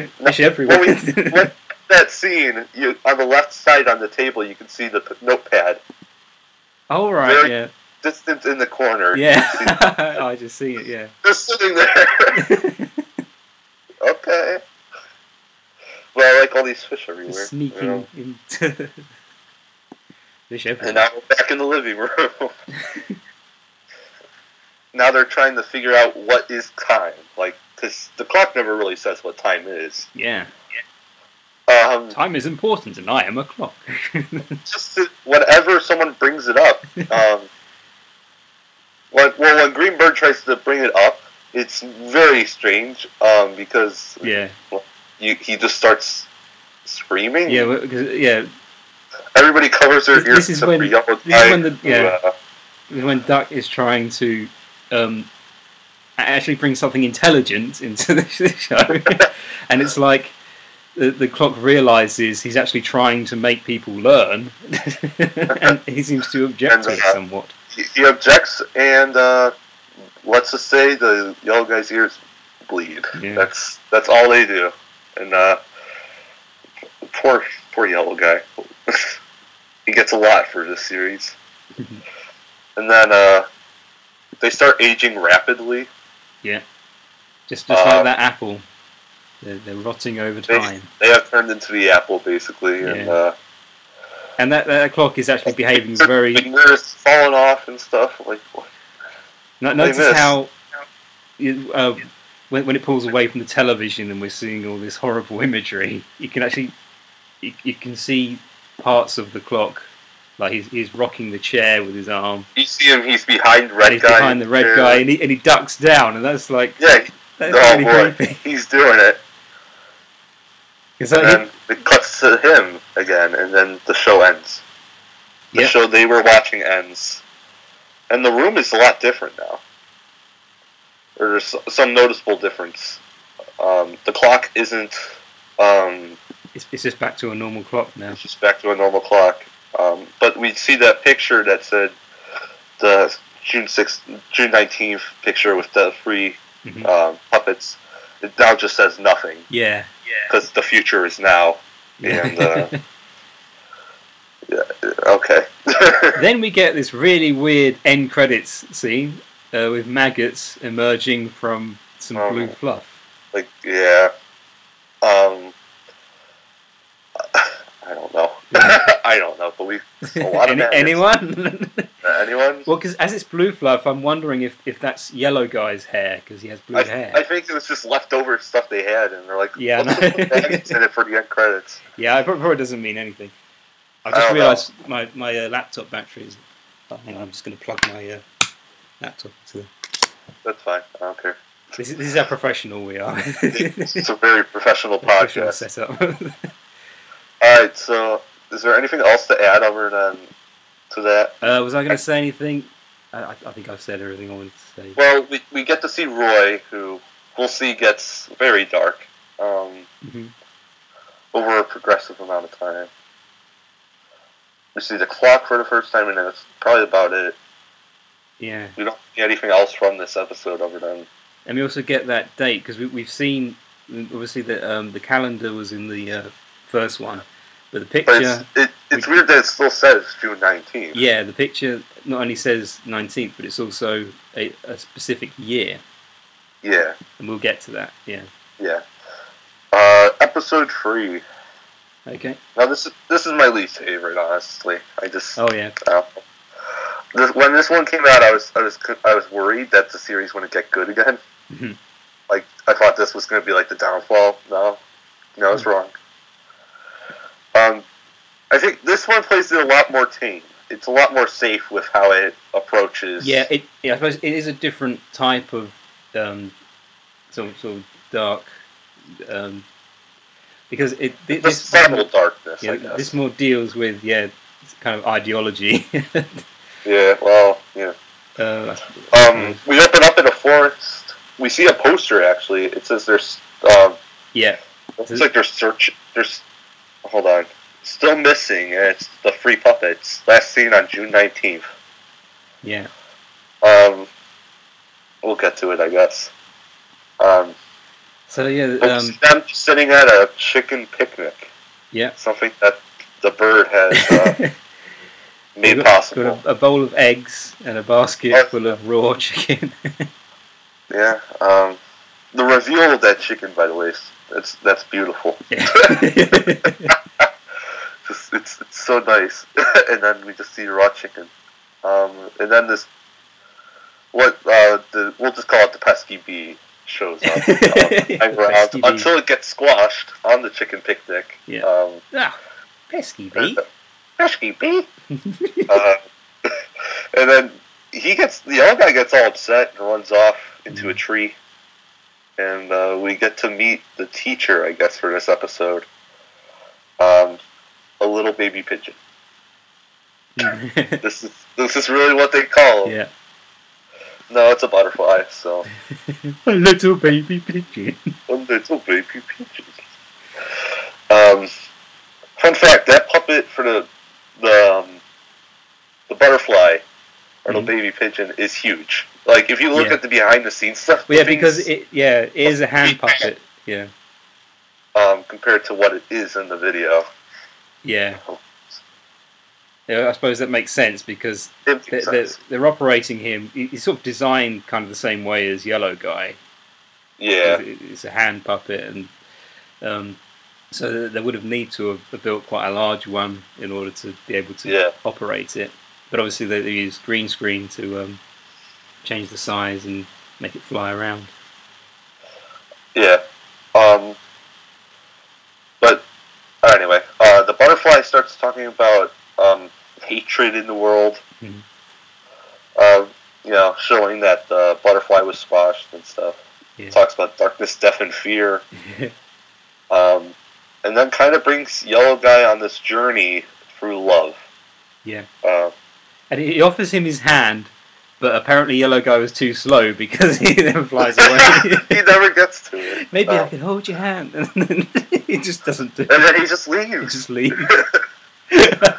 [SPEAKER 1] fish everywhere.
[SPEAKER 2] When we when that scene, you on the left side on the table, you can see the p- notepad
[SPEAKER 1] All right,
[SPEAKER 2] very-
[SPEAKER 1] yeah,
[SPEAKER 2] distant in the corner.
[SPEAKER 1] yeah. I just see it. Yeah.
[SPEAKER 2] just sitting there. okay. Well, I like all these fish everywhere.
[SPEAKER 1] Just
[SPEAKER 2] you
[SPEAKER 1] sneaking
[SPEAKER 2] know.
[SPEAKER 1] into fish
[SPEAKER 2] And uh,
[SPEAKER 1] everywhere.
[SPEAKER 2] now we're back in the living room. now they're trying to figure out what is time, like because the clock never really says what time is.
[SPEAKER 1] Yeah,
[SPEAKER 2] Um,
[SPEAKER 1] time is important, and I am a clock.
[SPEAKER 2] just to- whenever someone brings it up, um, when, well, when Greenberg tries to bring it up, it's very strange um, because
[SPEAKER 1] yeah,
[SPEAKER 2] you, he just starts screaming.
[SPEAKER 1] yeah, well, 'cause- yeah.
[SPEAKER 2] everybody covers their
[SPEAKER 1] This-
[SPEAKER 2] ears.
[SPEAKER 1] this is
[SPEAKER 2] except
[SPEAKER 1] when-
[SPEAKER 2] for Yellow
[SPEAKER 1] this is when
[SPEAKER 2] Guy,
[SPEAKER 1] the-
[SPEAKER 2] who,
[SPEAKER 1] yeah.
[SPEAKER 2] uh,
[SPEAKER 1] When Duck is trying to um, a- actually bring something intelligent into the show, and it's like. The, the clock realizes he's actually trying to make people learn, and he seems to object to it
[SPEAKER 2] uh,
[SPEAKER 1] somewhat.
[SPEAKER 2] he, he objects, and uh, let's just say the yellow guy's ears bleed.
[SPEAKER 1] Yeah.
[SPEAKER 2] That's that's all they do, and uh, poor poor yellow guy. he gets a lot for this series,
[SPEAKER 1] Mhm.
[SPEAKER 2] and then uh, they start aging rapidly.
[SPEAKER 1] Just, just
[SPEAKER 2] Uh,
[SPEAKER 1] like that apple, they're, they're rotting over
[SPEAKER 2] They,
[SPEAKER 1] time,
[SPEAKER 2] they have turned into the apple basically, and
[SPEAKER 1] Yeah.
[SPEAKER 2] uh,
[SPEAKER 1] and that, that clock is actually behaving very.
[SPEAKER 2] the nerves falling off and stuff. Like
[SPEAKER 1] No, notice
[SPEAKER 2] miss.
[SPEAKER 1] how you- uh, when, when it pulls away from the television and we're seeing all this horrible imagery, you can actually you, you can see parts of the clock. Like he's, he's rocking the chair with his arm,
[SPEAKER 2] you see him, he's behind red
[SPEAKER 1] and he's
[SPEAKER 2] guy
[SPEAKER 1] behind the red
[SPEAKER 2] and-
[SPEAKER 1] guy, and he, and he ducks down, and that's like
[SPEAKER 2] Yeah,
[SPEAKER 1] that's
[SPEAKER 2] oh
[SPEAKER 1] really
[SPEAKER 2] boy.
[SPEAKER 1] creepy.
[SPEAKER 2] he's doing it.
[SPEAKER 1] It's
[SPEAKER 2] And
[SPEAKER 1] like he-
[SPEAKER 2] then it cuts to him again, and then the show ends. The
[SPEAKER 1] Yeah.
[SPEAKER 2] show they were watching ends, and the room is a lot different now. There's some noticeable difference. Um, the clock isn't. Um,
[SPEAKER 1] it's, it's just back to a normal clock now.
[SPEAKER 2] it's just back to a normal clock, um, but we see that picture that said the June sixth, June nineteenth picture with the 3
[SPEAKER 1] Mhm.
[SPEAKER 2] um, puppets. It now just says nothing
[SPEAKER 1] Yeah,
[SPEAKER 2] because the future is now. And, uh, Okay.
[SPEAKER 1] Then we get this really weird end credits scene uh, with maggots emerging from some
[SPEAKER 2] Oh.
[SPEAKER 1] blue fluff.
[SPEAKER 2] Like, yeah. Um, I don't know. I don't know, but we a lot of
[SPEAKER 1] Any,
[SPEAKER 2] maggots.
[SPEAKER 1] anyone?
[SPEAKER 2] Uh, anyone?
[SPEAKER 1] well, because as it's blue fluff, I'm wondering if, if that's yellow guy's hair because he has blue
[SPEAKER 2] I,
[SPEAKER 1] hair.
[SPEAKER 2] I think it was just leftover stuff they had, and they're like,
[SPEAKER 1] Yeah,
[SPEAKER 2] let's
[SPEAKER 1] I know.
[SPEAKER 2] put maggots in it for the end credits.
[SPEAKER 1] yeah, it probably doesn't mean anything. I
[SPEAKER 2] I
[SPEAKER 1] just
[SPEAKER 2] don't
[SPEAKER 1] realised my my uh, laptop battery is. Oh, hang on, I'm just going to plug my uh, laptop into. The...
[SPEAKER 2] That's fine. I don't care.
[SPEAKER 1] This is, this is how professional we are.
[SPEAKER 2] It's a very professional
[SPEAKER 1] professional
[SPEAKER 2] podcast.
[SPEAKER 1] setup. Uh,
[SPEAKER 2] All right. So, is there anything else to add other than to that?
[SPEAKER 1] uh, was I going to say anything? I, I I think I've said everything I wanted to say.
[SPEAKER 2] Well, we, we get to see Roy, who we'll see gets very dark um,
[SPEAKER 1] Mhm.
[SPEAKER 2] over a progressive amount of time. We see the clock for the first time, and that's probably about it.
[SPEAKER 1] Yeah.
[SPEAKER 2] We don't see anything else from this episode other than
[SPEAKER 1] and we also get that date because we, we've seen obviously that um, the calendar was in the uh, first one, but the
[SPEAKER 2] But
[SPEAKER 1] picture,
[SPEAKER 2] it's, it, it's
[SPEAKER 1] we-
[SPEAKER 2] weird that it still says June 19th.
[SPEAKER 1] yeah, the picture not only says 19th, but it's also a, a specific year,
[SPEAKER 2] Yeah,
[SPEAKER 1] and we'll get to that. Yeah.
[SPEAKER 2] yeah. Uh, episode three.
[SPEAKER 1] Okay.
[SPEAKER 2] Now this is this is my least favorite, honestly. I just
[SPEAKER 1] Oh yeah.
[SPEAKER 2] uh, this, when this one came out, I was I was co- I was worried that the series wouldn't get good again.
[SPEAKER 1] Mhm.
[SPEAKER 2] Like I thought this was going to be like the downfall. No, no,
[SPEAKER 1] Hmm.
[SPEAKER 2] it's wrong. Um, I think this one plays it a lot more tame. It's a lot more safe with how it approaches.
[SPEAKER 1] Yeah. It. Yeah. I suppose it is a different type of um, sort of, sort of dark. Um, because it thi-
[SPEAKER 2] the
[SPEAKER 1] this
[SPEAKER 2] subtle darkness.
[SPEAKER 1] yeah,
[SPEAKER 2] I guess.
[SPEAKER 1] this more deals with yeah kind of ideology.
[SPEAKER 2] yeah. Well, yeah.
[SPEAKER 1] uh,
[SPEAKER 2] Um, we open up in a forest. We see a poster actually. It says there's. Um,
[SPEAKER 1] yeah.
[SPEAKER 2] It's like they're search. There's. Hold on. Still missing. and It's the free puppets. Last seen on June nineteenth.
[SPEAKER 1] Yeah.
[SPEAKER 2] Um, we'll get to it, I guess. Um,
[SPEAKER 1] So yeah.
[SPEAKER 2] but
[SPEAKER 1] Um,
[SPEAKER 2] we see them sitting at a chicken picnic.
[SPEAKER 1] Yeah.
[SPEAKER 2] Something that the bird has uh,
[SPEAKER 1] We've
[SPEAKER 2] made
[SPEAKER 1] got-
[SPEAKER 2] possible.
[SPEAKER 1] Got a, a bowl of eggs and a basket full of raw chicken.
[SPEAKER 2] Yeah. Um, the reveal of that chicken, by the way, is- that's that's beautiful. Just it's it's so nice. and then we just see raw chicken. Um, and then this what uh, the we'll just call it the pesky bee shows up um, hang around
[SPEAKER 1] Pesky bee.
[SPEAKER 2] until it gets squashed on the chicken picnic.
[SPEAKER 1] Yeah.
[SPEAKER 2] Um,
[SPEAKER 1] ah, pesky bee.
[SPEAKER 2] pesky bee. uh, and then he gets the other guy gets all upset and runs off into
[SPEAKER 1] Mm-hmm.
[SPEAKER 2] a tree. And uh, we get to meet the teacher, I guess, for this episode. Um, a little baby pigeon. This is this is really what they call. him.
[SPEAKER 1] yeah.
[SPEAKER 2] No, it's a butterfly. So
[SPEAKER 1] A little baby pigeon.
[SPEAKER 2] a little baby pigeon. Um, fun fact: that puppet for the the um, the butterfly or
[SPEAKER 1] Mhm.
[SPEAKER 2] the baby pigeon is huge. Like if you look
[SPEAKER 1] Yeah.
[SPEAKER 2] at the behind the scenes stuff,
[SPEAKER 1] Well, yeah,
[SPEAKER 2] the things,
[SPEAKER 1] because it yeah it is a hand puppet. Yeah.
[SPEAKER 2] um, compared to what it is in the video,
[SPEAKER 1] Yeah. Yeah, I suppose that makes sense because
[SPEAKER 2] it makes
[SPEAKER 1] they're, they're,
[SPEAKER 2] sense.
[SPEAKER 1] they're operating him. he- He's sort of designed kind of the same way as Yellow Guy.
[SPEAKER 2] yeah,
[SPEAKER 1] It- It's a hand puppet, and um, so th- they would have need to have- have built quite a large one in order to be able to
[SPEAKER 2] Yeah.
[SPEAKER 1] operate it. But obviously, they, they use green screen to um, change the size and make it fly around.
[SPEAKER 2] yeah. Um, but anyway, uh, the butterfly starts talking about um, hatred in the world.
[SPEAKER 1] Mhm.
[SPEAKER 2] Um, you know, showing that the butterfly was squashed and stuff.
[SPEAKER 1] Yeah.
[SPEAKER 2] Talks about darkness, death, and fear. Um, and then kind of brings Yellow Guy on this journey through love.
[SPEAKER 1] Yeah.
[SPEAKER 2] Uh,
[SPEAKER 1] and he he offers him his hand, but apparently, Yellow Guy was too slow because he then flies away.
[SPEAKER 2] he never gets to it.
[SPEAKER 1] Maybe I
[SPEAKER 2] Um,
[SPEAKER 1] can hold your hand, and then he just doesn't do
[SPEAKER 2] and
[SPEAKER 1] it.
[SPEAKER 2] then he just
[SPEAKER 1] He
[SPEAKER 2] leaves.
[SPEAKER 1] just leaves.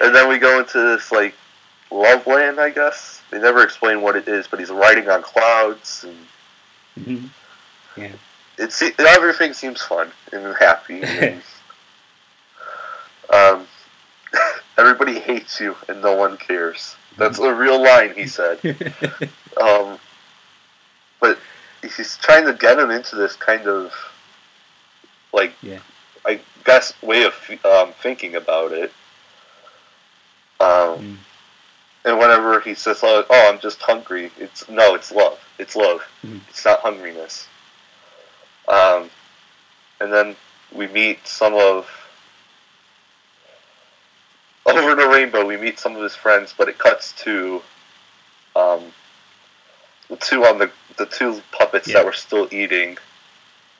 [SPEAKER 2] And then we go into this like love land, I guess. They never explain what it is, but he's riding on clouds, and
[SPEAKER 1] Mhm.
[SPEAKER 2] it se- everything seems fun and happy. And, um, everybody hates you, and no one cares. That's a real line he said. Um, but he's trying to get him into this kind of like
[SPEAKER 1] Yeah.
[SPEAKER 2] I guess way of um, thinking about it. Um,
[SPEAKER 1] Mm.
[SPEAKER 2] And whenever he says, "Oh, oh, I'm just hungry," it's no, it's love. It's love.
[SPEAKER 1] Mm.
[SPEAKER 2] It's not hungriness. Um, and then we meet some of over the rainbow. We meet some of his friends, but it cuts to um, the two on the the two puppets
[SPEAKER 1] Yeah.
[SPEAKER 2] that were still eating.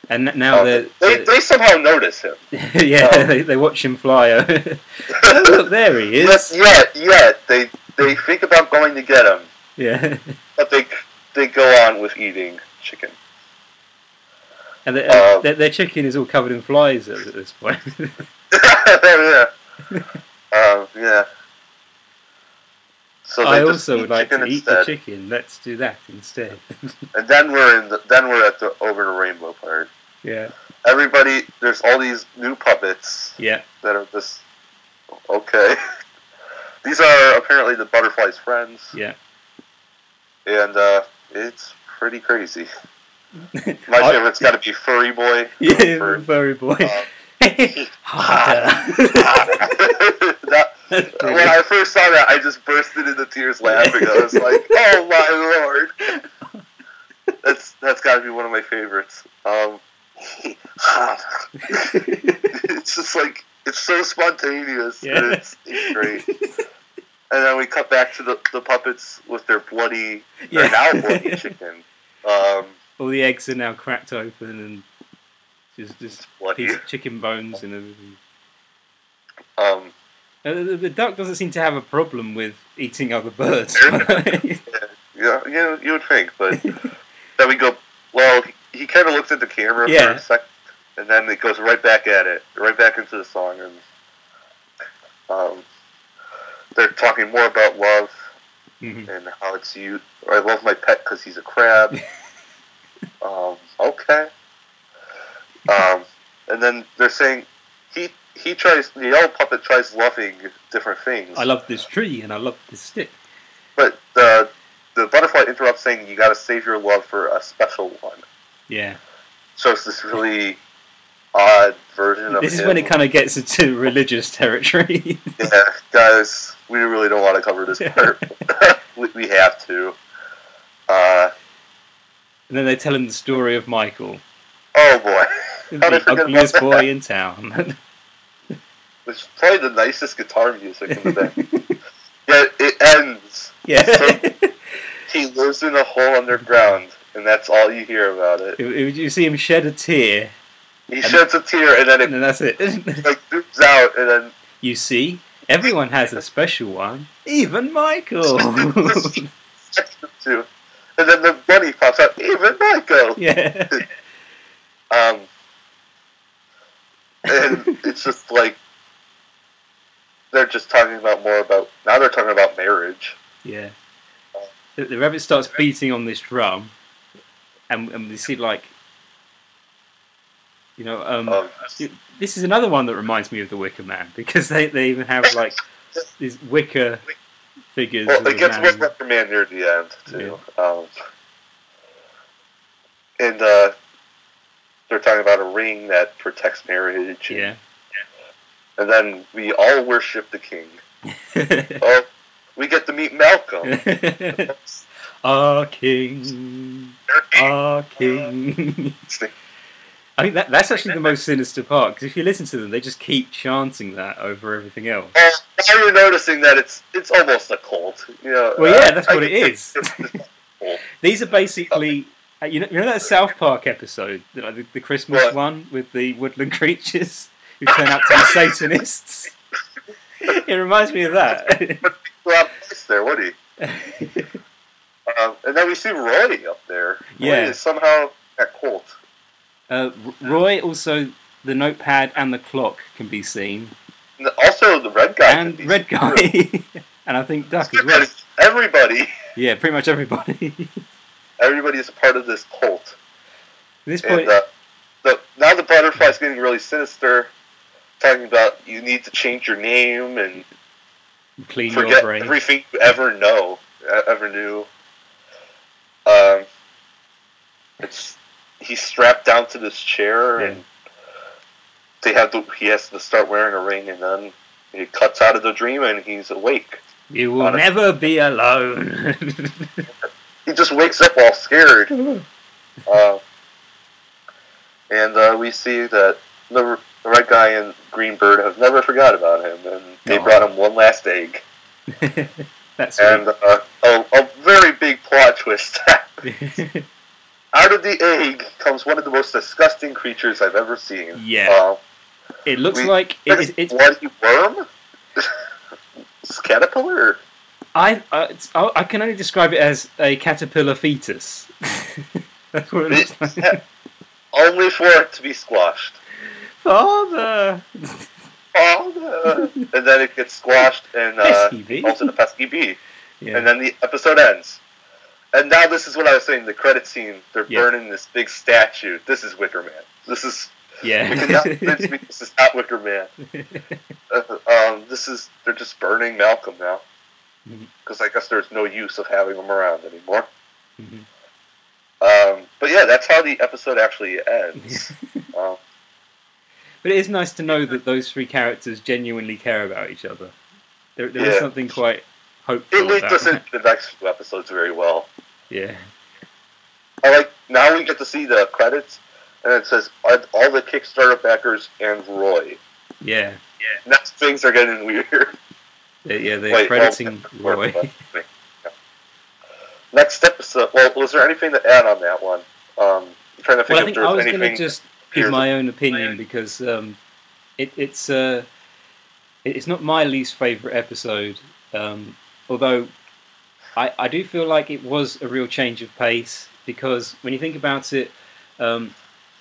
[SPEAKER 1] and n- now
[SPEAKER 2] Um,
[SPEAKER 1] they're,
[SPEAKER 2] they, they somehow notice him.
[SPEAKER 1] yeah,
[SPEAKER 2] Oh.
[SPEAKER 1] they, they watch him fly. over. oh, look, there he
[SPEAKER 2] But
[SPEAKER 1] is.
[SPEAKER 2] yet, yet they they think about going to get him,
[SPEAKER 1] Yeah,
[SPEAKER 2] but they they go on with eating chicken.
[SPEAKER 1] and they,
[SPEAKER 2] Um.
[SPEAKER 1] their, their chicken is all covered in flies at, at this point.
[SPEAKER 2] yeah. Um, yeah. So
[SPEAKER 1] I
[SPEAKER 2] they just
[SPEAKER 1] also
[SPEAKER 2] eat
[SPEAKER 1] would like
[SPEAKER 2] chicken
[SPEAKER 1] to eat
[SPEAKER 2] instead.
[SPEAKER 1] the chicken. Let's do that instead.
[SPEAKER 2] And then we're in the, then we're at the over the rainbow part.
[SPEAKER 1] yeah,
[SPEAKER 2] Everybody, there's all these new puppets
[SPEAKER 1] yeah.
[SPEAKER 2] that are just okay. these are apparently the butterfly's friends.
[SPEAKER 1] Yeah.
[SPEAKER 2] and uh, it's pretty crazy. My
[SPEAKER 1] I-
[SPEAKER 2] favorite's got to be Furry Boy.
[SPEAKER 1] Yeah,
[SPEAKER 2] Furry,
[SPEAKER 1] furry boy.
[SPEAKER 2] uh,
[SPEAKER 1] Harder.
[SPEAKER 2] that,
[SPEAKER 1] That's
[SPEAKER 2] when
[SPEAKER 1] brilliant.
[SPEAKER 2] I first saw that, I just bursted into tears laughing. I was like, "Oh my lord!" That's that's got to be one of my favorites. Um, it's just like it's so spontaneous.
[SPEAKER 1] Yeah.
[SPEAKER 2] And it's, it's great. And then we cut back to the, the puppets with their bloody, their now bloody chicken. Um,
[SPEAKER 1] All the eggs are now cracked open and just just
[SPEAKER 2] bloody.
[SPEAKER 1] piece of chicken bones and everything.
[SPEAKER 2] Um,
[SPEAKER 1] Uh, The, the duck doesn't seem to have a problem with eating other birds.
[SPEAKER 2] yeah, you know, you would think, but then we go. Well, he, he kind of looks at the camera for
[SPEAKER 1] Yeah.
[SPEAKER 2] a sec, and then it goes right back at it, right back into the song, and um, they're talking more about love
[SPEAKER 1] Mhm.
[SPEAKER 2] and how it's you. I love my pet because he's a crab. um, okay. Um, and then they're saying he he tries the yellow puppet tries loving different things.
[SPEAKER 1] I love this tree and I love this stick.
[SPEAKER 2] But the the butterfly interrupts saying you got to save your love for a special one.
[SPEAKER 1] Yeah,
[SPEAKER 2] So it's this really odd version of
[SPEAKER 1] this is when it kind of gets into religious territory.
[SPEAKER 2] of yeah, guys. We really don't want to cover this part. we, we have to. Uh,
[SPEAKER 1] and then they tell him the story of Michael,
[SPEAKER 2] oh boy, How did I
[SPEAKER 1] the
[SPEAKER 2] forget about
[SPEAKER 1] ugliest
[SPEAKER 2] that?
[SPEAKER 1] boy in town.
[SPEAKER 2] it's probably the nicest guitar music in the day. yeah, it ends.
[SPEAKER 1] yeah,
[SPEAKER 2] So- He lives in a hole underground, and that's all you hear about it.
[SPEAKER 1] It- it- you see him shed a tear,
[SPEAKER 2] He sheds a tear, and then
[SPEAKER 1] and
[SPEAKER 2] it
[SPEAKER 1] then that's it.
[SPEAKER 2] like zooms out, and then
[SPEAKER 1] you see, everyone has a special one, even Michael.
[SPEAKER 2] section two, and then the bunny pops out. Even Michael.
[SPEAKER 1] yeah,
[SPEAKER 2] Um, and it's just like they're just talking about more about now they're talking about marriage.
[SPEAKER 1] yeah. The, the rabbit starts beating on this drum, and and we see like, you know, um,
[SPEAKER 2] Um,
[SPEAKER 1] this is another one that reminds me of the Wicker Man because they, they even have like these wicker figures.
[SPEAKER 2] well,
[SPEAKER 1] of
[SPEAKER 2] it
[SPEAKER 1] the
[SPEAKER 2] gets
[SPEAKER 1] man.
[SPEAKER 2] with reprimand near the end too. Um, and uh, they're talking about a ring that protects marriage.
[SPEAKER 1] Yeah.
[SPEAKER 2] And then we all worship the king. Oh, we get to meet Malcolm.
[SPEAKER 1] our king, our king. I mean, that, that's actually the most sinister part because if you listen to them, they just keep chanting that over everything else.
[SPEAKER 2] Uh, now you're noticing that it's it's almost a cult. You know,
[SPEAKER 1] Well, yeah,
[SPEAKER 2] I-
[SPEAKER 1] that's
[SPEAKER 2] I
[SPEAKER 1] what it
[SPEAKER 2] think
[SPEAKER 1] is.
[SPEAKER 2] it's- it's-
[SPEAKER 1] These are basically. uh, You know, you know that South Park episode, you know, the, the Christmas
[SPEAKER 2] What?
[SPEAKER 1] one with the woodland creatures who turn out to be Satanists? It reminds me of that.
[SPEAKER 2] Rob Price there, would he? Um, and then we see Roy up there.
[SPEAKER 1] Yeah.
[SPEAKER 2] Roy is somehow at Colt.
[SPEAKER 1] Uh, R- Roy also the notepad and the clock can be seen,
[SPEAKER 2] And also, the red guy.
[SPEAKER 1] and
[SPEAKER 2] could be-
[SPEAKER 1] Red Guy, and I think Duck as well.
[SPEAKER 2] Everybody,
[SPEAKER 1] Yeah, pretty much everybody.
[SPEAKER 2] everybody is a part of this cult.
[SPEAKER 1] At this point,
[SPEAKER 2] And uh, the, now the butterfly's getting really sinister, talking about you need to change your name and
[SPEAKER 1] clean your
[SPEAKER 2] forget
[SPEAKER 1] brain.
[SPEAKER 2] everything you ever know, e- ever knew. Um, it's he's strapped down to this chair,
[SPEAKER 1] Yeah.
[SPEAKER 2] and they have to. He has to start wearing a ring, and then he cuts out of the dream, and he's awake.
[SPEAKER 1] you will
[SPEAKER 2] honest-
[SPEAKER 1] never be alone.
[SPEAKER 2] He just wakes up all scared. Uh, and uh, we see that the, r- the red guy and Green Bird have never forgot about him, and they
[SPEAKER 1] Aw.
[SPEAKER 2] brought him one last egg,
[SPEAKER 1] That's
[SPEAKER 2] and uh, a, a very big plot twist.
[SPEAKER 1] sweet.
[SPEAKER 2] Out of the egg comes one of the most disgusting creatures I've ever seen.
[SPEAKER 1] yeah,
[SPEAKER 2] Uh,
[SPEAKER 1] it looks
[SPEAKER 2] we-
[SPEAKER 1] like it, it's- it's
[SPEAKER 2] bloody worm? It's caterpillar?
[SPEAKER 1] I, I, it's- I I can only describe it as a caterpillar fetus. That's what it looks like.
[SPEAKER 2] Only for it to be squashed.
[SPEAKER 1] Father,
[SPEAKER 2] Oh, no. and then it gets squashed and uh,
[SPEAKER 1] pesky bee.
[SPEAKER 2] also the pesky bee.
[SPEAKER 1] Yeah.
[SPEAKER 2] and then the episode ends. And now this is what I was saying. The credit scene. They're
[SPEAKER 1] Yeah.
[SPEAKER 2] burning this big statue. This is Wicker Man. This is. You cannot convince
[SPEAKER 1] yeah.
[SPEAKER 2] me this is not Wicker Man. Uh, um, this is. They're just burning Malcolm now.
[SPEAKER 1] Mhm.
[SPEAKER 2] Because I guess there's no use of having him around anymore.
[SPEAKER 1] Mhm.
[SPEAKER 2] Um, but yeah, that's how the episode actually ends. um,
[SPEAKER 1] But it is nice to know that those three characters genuinely care about each other. There, there is
[SPEAKER 2] Yeah.
[SPEAKER 1] something quite hopeful.
[SPEAKER 2] it leads
[SPEAKER 1] about
[SPEAKER 2] us
[SPEAKER 1] that.
[SPEAKER 2] into the next few episodes very well.
[SPEAKER 1] Yeah.
[SPEAKER 2] I like now we get to see the credits, and it says "All- all the Kickstarter backers and Roy.
[SPEAKER 1] Yeah.
[SPEAKER 2] Now things are getting weird.
[SPEAKER 1] They- yeah, they're
[SPEAKER 2] Wait, well,
[SPEAKER 1] crediting
[SPEAKER 2] that's where-
[SPEAKER 1] Roy.
[SPEAKER 2] but- yeah. Next episode. Well, was there anything to add on that one? Um, I'm trying to think
[SPEAKER 1] Well, I
[SPEAKER 2] if
[SPEAKER 1] think
[SPEAKER 2] there's
[SPEAKER 1] I was going to
[SPEAKER 2] anything.
[SPEAKER 1] just give
[SPEAKER 2] here that-
[SPEAKER 1] my own opinion because um, it, it's uh, it- it's not my least favorite episode. Um, although I, I do feel like it was a real change of pace because when you think about it, um,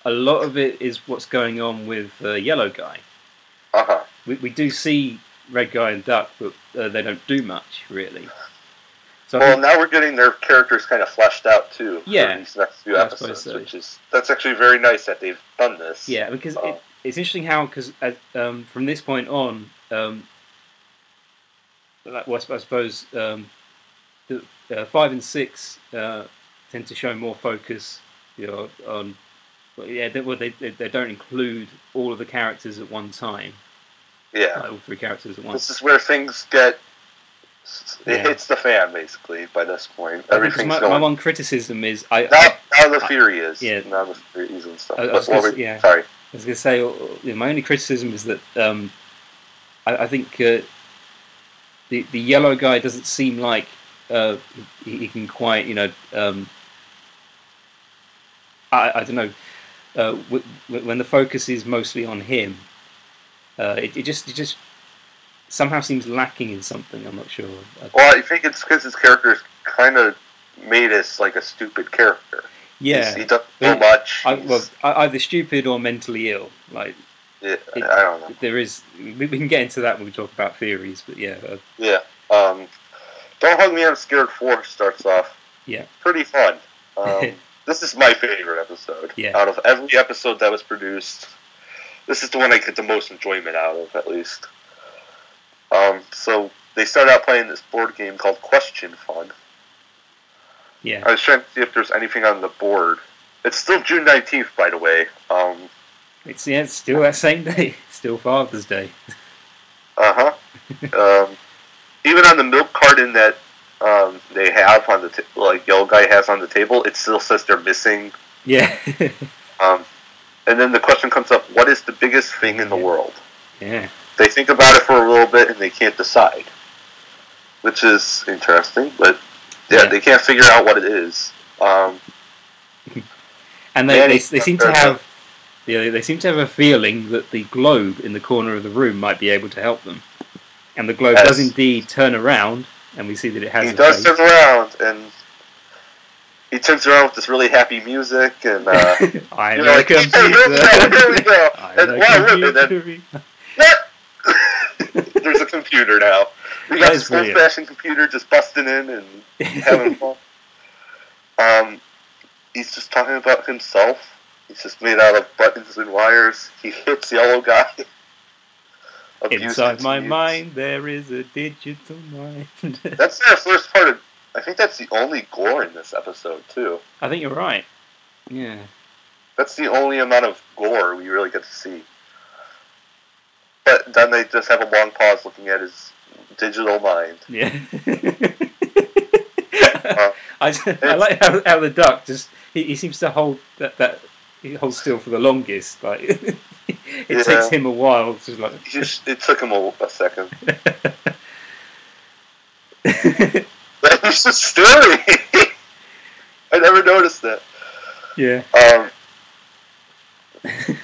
[SPEAKER 1] a lot of it is what's going on with uh, Yellow Guy.
[SPEAKER 2] Uh huh.
[SPEAKER 1] We, we do see Red Guy and Duck, but uh, they don't do much really. So I
[SPEAKER 2] Well,
[SPEAKER 1] think-
[SPEAKER 2] now we're getting their characters kind of fleshed out too. for
[SPEAKER 1] Yeah.
[SPEAKER 2] These next few
[SPEAKER 1] I suppose
[SPEAKER 2] episodes,
[SPEAKER 1] so.
[SPEAKER 2] which is that's actually very nice that they've done this.
[SPEAKER 1] Yeah, because
[SPEAKER 2] Uh,
[SPEAKER 1] it, it's interesting how because um, from this point on, um, like, well, I sup- I suppose um, the uh, five and six uh, tend to show more focus, you know, on well, yeah, they, well, they, they they don't include all of the characters at one time,
[SPEAKER 2] Yeah.
[SPEAKER 1] like all three characters at once.
[SPEAKER 2] This is where things get. It
[SPEAKER 1] Yeah.
[SPEAKER 2] hits the fan basically by this point.
[SPEAKER 1] I think
[SPEAKER 2] Everything's
[SPEAKER 1] my,
[SPEAKER 2] going.
[SPEAKER 1] my one criticism is I,
[SPEAKER 2] now,
[SPEAKER 1] I,
[SPEAKER 2] now the fury is.
[SPEAKER 1] yeah.
[SPEAKER 2] Now the fury is and stuff.
[SPEAKER 1] I- I
[SPEAKER 2] But
[SPEAKER 1] was
[SPEAKER 2] what
[SPEAKER 1] gonna
[SPEAKER 2] were-
[SPEAKER 1] say- yeah.
[SPEAKER 2] Sorry.
[SPEAKER 1] was going to say uh, yeah, my only criticism is that um, I, I think uh, the the yellow guy doesn't seem like uh, he, he can quite you know um, I, I don't know uh, w- w- when the focus is mostly on him uh, it, it just it just somehow seems lacking in something I'm not sure Uh,
[SPEAKER 2] Well, I think it's because his character's kind of made us like a stupid character. He's-
[SPEAKER 1] yeah
[SPEAKER 2] he doesn't
[SPEAKER 1] Yeah.
[SPEAKER 2] know much.
[SPEAKER 1] I,
[SPEAKER 2] He's-
[SPEAKER 1] well I, either stupid or mentally ill like
[SPEAKER 2] yeah,
[SPEAKER 1] it-
[SPEAKER 2] I don't know.
[SPEAKER 1] there is we, we can get into that when we talk about theories but yeah uh,
[SPEAKER 2] Yeah. Um, don't hug me. I'm scared. Four starts off.
[SPEAKER 1] Yeah.
[SPEAKER 2] Pretty fun. Um, this is my favorite episode.
[SPEAKER 1] Yeah.
[SPEAKER 2] Out of every episode that was produced, this is the one I get the most enjoyment out of, at least. Um, so they start out playing this board game called Question Fun.
[SPEAKER 1] yeah
[SPEAKER 2] I was trying to see if there's anything on the board. It's still June nineteenth, by the way. Um,
[SPEAKER 1] It's yeah, it's still that same day. Still Father's Day.
[SPEAKER 2] uh huh. um, even on the milk carton that um, they have on the t- like yellow guy has on the table, it still says they're missing.
[SPEAKER 1] Yeah.
[SPEAKER 2] Um, and then the question comes up: What is the biggest thing in the
[SPEAKER 1] Yeah.
[SPEAKER 2] world?
[SPEAKER 1] yeah.
[SPEAKER 2] They think about it for a little bit and they can't decide, which is interesting. But yeah,
[SPEAKER 1] Yeah.
[SPEAKER 2] they can't figure out what it is. Um,
[SPEAKER 1] And they,
[SPEAKER 2] Yeah,
[SPEAKER 1] they,
[SPEAKER 2] it's
[SPEAKER 1] they
[SPEAKER 2] not
[SPEAKER 1] seem to
[SPEAKER 2] very
[SPEAKER 1] have yeah, they- they seem to have a feeling that the globe in the corner of the room might be able to help them. And the globe does
[SPEAKER 2] Yes.
[SPEAKER 1] indeed turn around and we see that it has a
[SPEAKER 2] he does
[SPEAKER 1] face.
[SPEAKER 2] turn around and he turns around with this really happy music and uh,
[SPEAKER 1] I'm
[SPEAKER 2] you're
[SPEAKER 1] a
[SPEAKER 2] like, "Hey, look, here we
[SPEAKER 1] computer.
[SPEAKER 2] go.
[SPEAKER 1] I'm
[SPEAKER 2] And, wow,
[SPEAKER 1] a
[SPEAKER 2] look, and then
[SPEAKER 1] computer.
[SPEAKER 2] there's a computer now. We got
[SPEAKER 1] That is
[SPEAKER 2] this old fashioned computer just busting in and having fun. Um, he's just talking about himself. He's just made out of buttons and wires. He hits yellow guy. Abuse
[SPEAKER 1] Inside my
[SPEAKER 2] continues.
[SPEAKER 1] mind there is a digital mind.
[SPEAKER 2] That's their first part of. I think that's the only gore in this episode too.
[SPEAKER 1] I think you're right. Yeah.
[SPEAKER 2] That's the only amount of gore we really get to see. But then they just have a long pause looking at his digital mind.
[SPEAKER 1] Yeah. I, I like how, how the duck just he, he seems to hold that that he holds still for the longest. Like it
[SPEAKER 2] Yeah.
[SPEAKER 1] takes him a while to like.
[SPEAKER 2] He Just, it took him a, a second. He's just staring. I never noticed that.
[SPEAKER 1] yeah.
[SPEAKER 2] Um,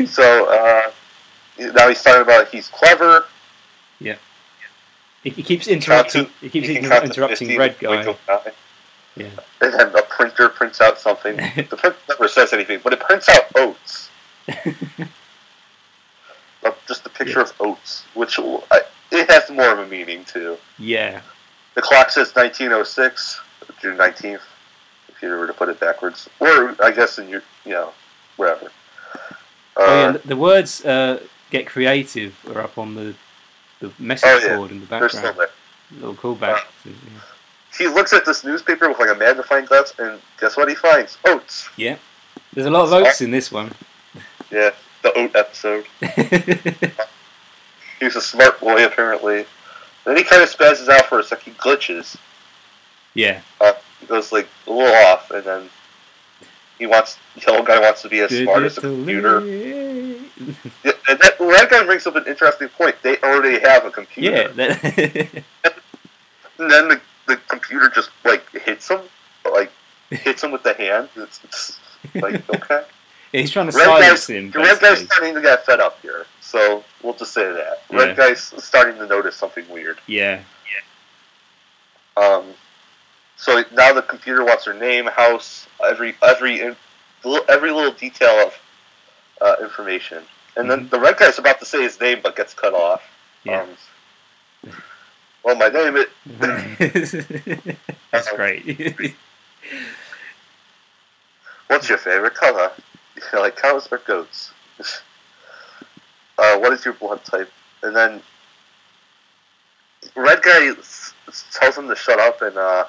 [SPEAKER 2] so uh, now he's talking about he's clever.
[SPEAKER 1] He, he keeps interrupting. He keeps
[SPEAKER 2] He can count to
[SPEAKER 1] interrupting
[SPEAKER 2] 15,
[SPEAKER 1] Red
[SPEAKER 2] wink
[SPEAKER 1] Guy.
[SPEAKER 2] of an eye.
[SPEAKER 1] Yeah.
[SPEAKER 2] And then the printer prints out something. the printer never says anything, but it prints out oats. Uh, Just a picture of oats, which I, it has more of a meaning too.
[SPEAKER 1] Yeah.
[SPEAKER 2] The clock says 1906, June 19th, if you were to put it backwards. Or, I guess, in your, you know, wherever. Uh,
[SPEAKER 1] oh, yeah, and the words uh, "get creative" are up on the the message
[SPEAKER 2] Oh, yeah. Uh,
[SPEAKER 1] board in the
[SPEAKER 2] They're still
[SPEAKER 1] background.
[SPEAKER 2] there.
[SPEAKER 1] Little callback. to- yeah.
[SPEAKER 2] He looks at this newspaper with like a magnifying glass, and guess what he finds? Oats.
[SPEAKER 1] There's a lot of oats in this one.
[SPEAKER 2] Yeah, the oat episode. He was a smart boy, apparently. Then he kind of spazzes out for a second, he glitches.
[SPEAKER 1] yeah.
[SPEAKER 2] He goes like a little off, and then he wants the old guy wants to be as smart as a computer. Yeah, and that, well, that guy brings up an interesting point. They already have a computer.
[SPEAKER 1] Yeah. that-
[SPEAKER 2] And then the, the computer just like hits him, like hits him with the hand. It's, it's like okay.
[SPEAKER 1] He's trying to
[SPEAKER 2] Red
[SPEAKER 1] silence him.
[SPEAKER 2] The red guy's
[SPEAKER 1] basically.
[SPEAKER 2] starting to get fed up here, so we'll just say that red
[SPEAKER 1] Yeah.
[SPEAKER 2] guy's starting to notice something weird.
[SPEAKER 1] Yeah.
[SPEAKER 2] Um, so now the computer wants her name, house, every every in- li- every little detail of uh, information, and then the red guy's about to say his name but gets cut off.
[SPEAKER 1] Yeah.
[SPEAKER 2] Um, well, my name is
[SPEAKER 1] That's great.
[SPEAKER 2] What's your favorite color? You're like cows or goats? uh, what is your blood type? And then red guy s- s- tells him to shut up, and uh,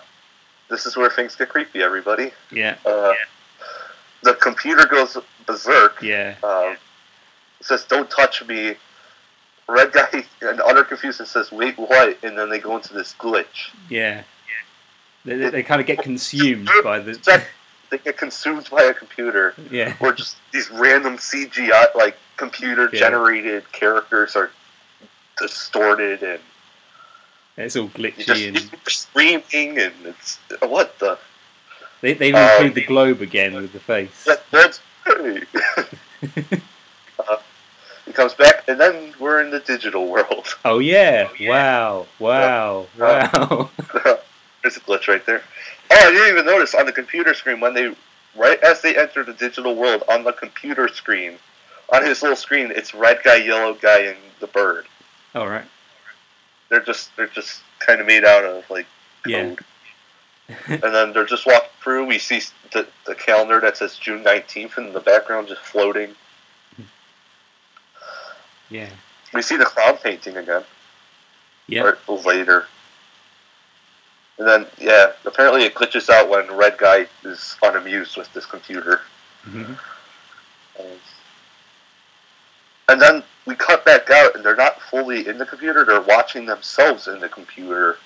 [SPEAKER 2] this is where things get creepy. Everybody,
[SPEAKER 1] yeah.
[SPEAKER 2] uh, the computer goes berserk.
[SPEAKER 1] Yeah.
[SPEAKER 2] Um, says, "Don't touch me." Red guy and utter confusion says, "Wait, what?" And then they go into this glitch.
[SPEAKER 1] Yeah. They, they, they kind of get consumed by the.
[SPEAKER 2] That- They get consumed by a computer.
[SPEAKER 1] Yeah.
[SPEAKER 2] or just these random CGI, like computer generated characters are distorted and
[SPEAKER 1] It's all
[SPEAKER 2] you just
[SPEAKER 1] glitchy
[SPEAKER 2] you're
[SPEAKER 1] and
[SPEAKER 2] screaming and it's what the
[SPEAKER 1] They, they
[SPEAKER 2] Uh,
[SPEAKER 1] include the globe again with the face.
[SPEAKER 2] that, that's hey. uh, he comes back and then we're in the digital world.
[SPEAKER 1] Oh yeah! Wow! Wow!
[SPEAKER 2] Yeah. Uh,
[SPEAKER 1] Wow!
[SPEAKER 2] There's a glitch right there. Oh, I didn't even notice on the computer screen when they right as they enter the digital world on the computer screen on his little screen it's red guy, yellow guy, and the bird.
[SPEAKER 1] All right.
[SPEAKER 2] they're just they're just kind of made out of like
[SPEAKER 1] Yeah.
[SPEAKER 2] code. and then they're just walking through. We see the, the calendar that says June nineteenth in the background, just floating.
[SPEAKER 1] Yeah.
[SPEAKER 2] We see the clown painting again,
[SPEAKER 1] Yeah.
[SPEAKER 2] or later. And then yeah, apparently it glitches out when Red Guy is unamused with this computer.
[SPEAKER 1] Mhm.
[SPEAKER 2] And then we cut back out, and they're not fully in the computer. They're watching themselves in the computer.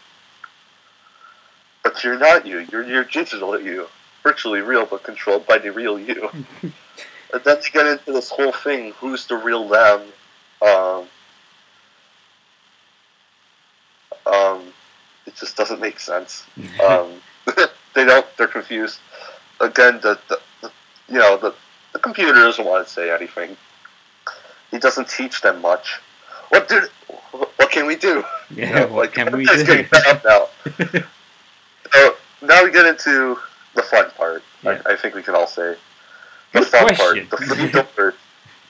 [SPEAKER 2] But you're not you. You're you're digital you, virtually real, but controlled by the real you. and then to get into this whole thing, who's the real them? Um, um, it just doesn't make sense. Um, they don't. They're confused. Again, the, the, the you know the the computer doesn't want to say anything. He doesn't teach them much. What do? What can we do?
[SPEAKER 1] yeah.
[SPEAKER 2] You know,
[SPEAKER 1] what can we
[SPEAKER 2] it's
[SPEAKER 1] do?
[SPEAKER 2] getting fed up now. so now we get into the fun part.
[SPEAKER 1] Yeah.
[SPEAKER 2] I, I think we can all say the
[SPEAKER 1] Good
[SPEAKER 2] fun
[SPEAKER 1] question.
[SPEAKER 2] part. The free filter.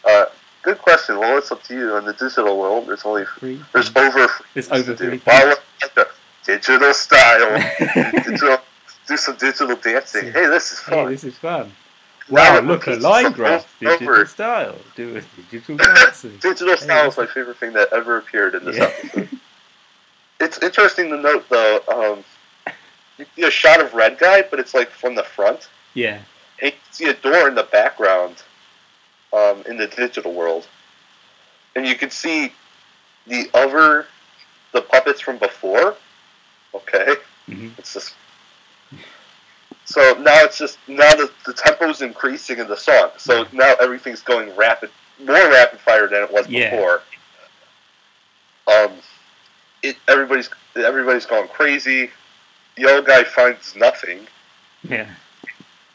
[SPEAKER 2] Uh, good question. Well, it's up to you. In the digital world, there's only
[SPEAKER 1] Free-
[SPEAKER 2] there's over
[SPEAKER 1] There's over
[SPEAKER 2] to do.
[SPEAKER 1] three.
[SPEAKER 2] Follow up the digital style. digital, do some digital dancing. Hey, this is
[SPEAKER 1] Hey,
[SPEAKER 2] fun.
[SPEAKER 1] this is fun.
[SPEAKER 2] Now
[SPEAKER 1] Wow!
[SPEAKER 2] it
[SPEAKER 1] Look, a
[SPEAKER 2] moves
[SPEAKER 1] line
[SPEAKER 2] from
[SPEAKER 1] graph,
[SPEAKER 2] over-
[SPEAKER 1] digital style. Do a digital dancing.
[SPEAKER 2] Digital
[SPEAKER 1] Hey,
[SPEAKER 2] style
[SPEAKER 1] this
[SPEAKER 2] is my favorite thing that ever appeared in this
[SPEAKER 1] Yeah.
[SPEAKER 2] episode. It's interesting to note, though, um, you see a shot of Red Guy, but it's like from the front.
[SPEAKER 1] Yeah.
[SPEAKER 2] And you can see a door in the background um, in the digital world. And you can see the other, the puppets from before. Okay.
[SPEAKER 1] Mhm.
[SPEAKER 2] It's just. So now it's just now the, the tempo's increasing in the song. So now everything's going rapid, more rapid fire than it was
[SPEAKER 1] Yeah.
[SPEAKER 2] before. Um, it everybody's everybody's going crazy. The old guy finds nothing,
[SPEAKER 1] Yeah.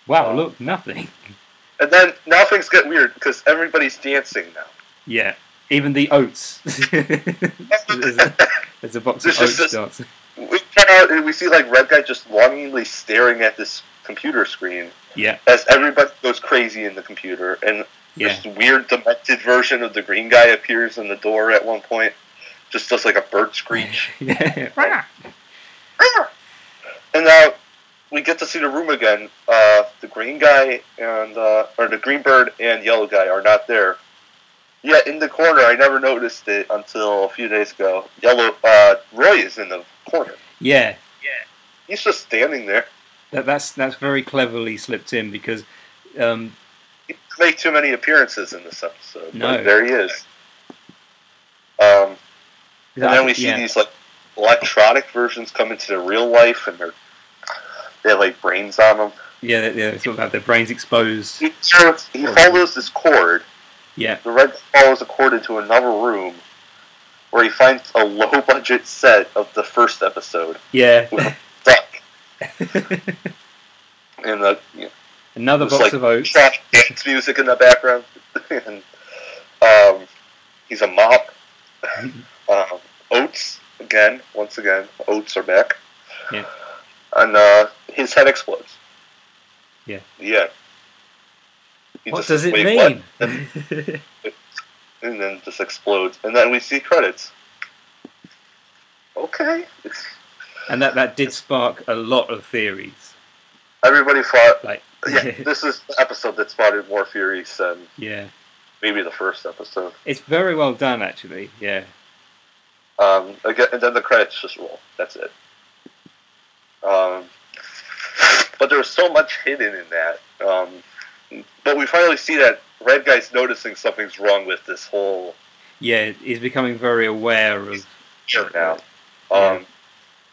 [SPEAKER 1] Wow!
[SPEAKER 2] Um,
[SPEAKER 1] Look, nothing.
[SPEAKER 2] and then now things get weird because everybody's dancing now.
[SPEAKER 1] Yeah. Even the oats. there's, a, there's a box of
[SPEAKER 2] This is
[SPEAKER 1] oats
[SPEAKER 2] just-
[SPEAKER 1] dancing.
[SPEAKER 2] We cut out and we see like red guy just longingly staring at this computer screen
[SPEAKER 1] Yeah.
[SPEAKER 2] as everybody goes crazy in the computer and
[SPEAKER 1] Yeah.
[SPEAKER 2] This weird demented version of the green guy appears in the door at one point. Just does like a bird screech.
[SPEAKER 1] yeah.
[SPEAKER 2] Rumor. Ah! And now we get to see the room again. Uh, the green guy and uh, or the green bird and yellow guy are not there. Yet in the corner, I never noticed it until a few days ago. Yellow uh, Roy is in the corner.
[SPEAKER 1] Yeah,
[SPEAKER 2] He's just standing there.
[SPEAKER 1] that, that's that's very cleverly slipped in because um,
[SPEAKER 2] He didn't make too many appearances in this episode.
[SPEAKER 1] No.
[SPEAKER 2] But there he is. Um, And
[SPEAKER 1] I
[SPEAKER 2] then we
[SPEAKER 1] think-
[SPEAKER 2] see
[SPEAKER 1] yeah.
[SPEAKER 2] these like electronic versions come into their real life, and they're they have like brains on them.
[SPEAKER 1] Yeah, they- yeah, they sort of have their brains exposed.
[SPEAKER 2] He, so he follows this cord.
[SPEAKER 1] Yeah.
[SPEAKER 2] The red follows a cord into another room, where he finds a low budget set of the first episode
[SPEAKER 1] Yeah,
[SPEAKER 2] with a duck and the you know,
[SPEAKER 1] another
[SPEAKER 2] It's
[SPEAKER 1] box
[SPEAKER 2] like-
[SPEAKER 1] of oats.
[SPEAKER 2] trash dance music in the background, and um, he's a mop. um, Oates again, once again, Oates are back.
[SPEAKER 1] Yeah.
[SPEAKER 2] And uh, his head explodes.
[SPEAKER 1] Yeah.
[SPEAKER 2] Yeah. He
[SPEAKER 1] What
[SPEAKER 2] just
[SPEAKER 1] does it
[SPEAKER 2] wait, what?
[SPEAKER 1] mean?
[SPEAKER 2] And then just explodes, and then we see credits. Okay. It's,
[SPEAKER 1] and that that did spark a lot of theories.
[SPEAKER 2] everybody thought,
[SPEAKER 1] Like,
[SPEAKER 2] yeah, this is the episode that spotted more Furies than
[SPEAKER 1] yeah,
[SPEAKER 2] maybe the first episode.
[SPEAKER 1] it's very well done actually. Yeah,
[SPEAKER 2] Um, again, and then the credits just roll. That's it. Um, but there was so much hidden in that. Um, but we finally see that Red Guy's noticing something's wrong with this whole
[SPEAKER 1] yeah, he's becoming very aware of.
[SPEAKER 2] show now.
[SPEAKER 1] Yeah.
[SPEAKER 2] Um,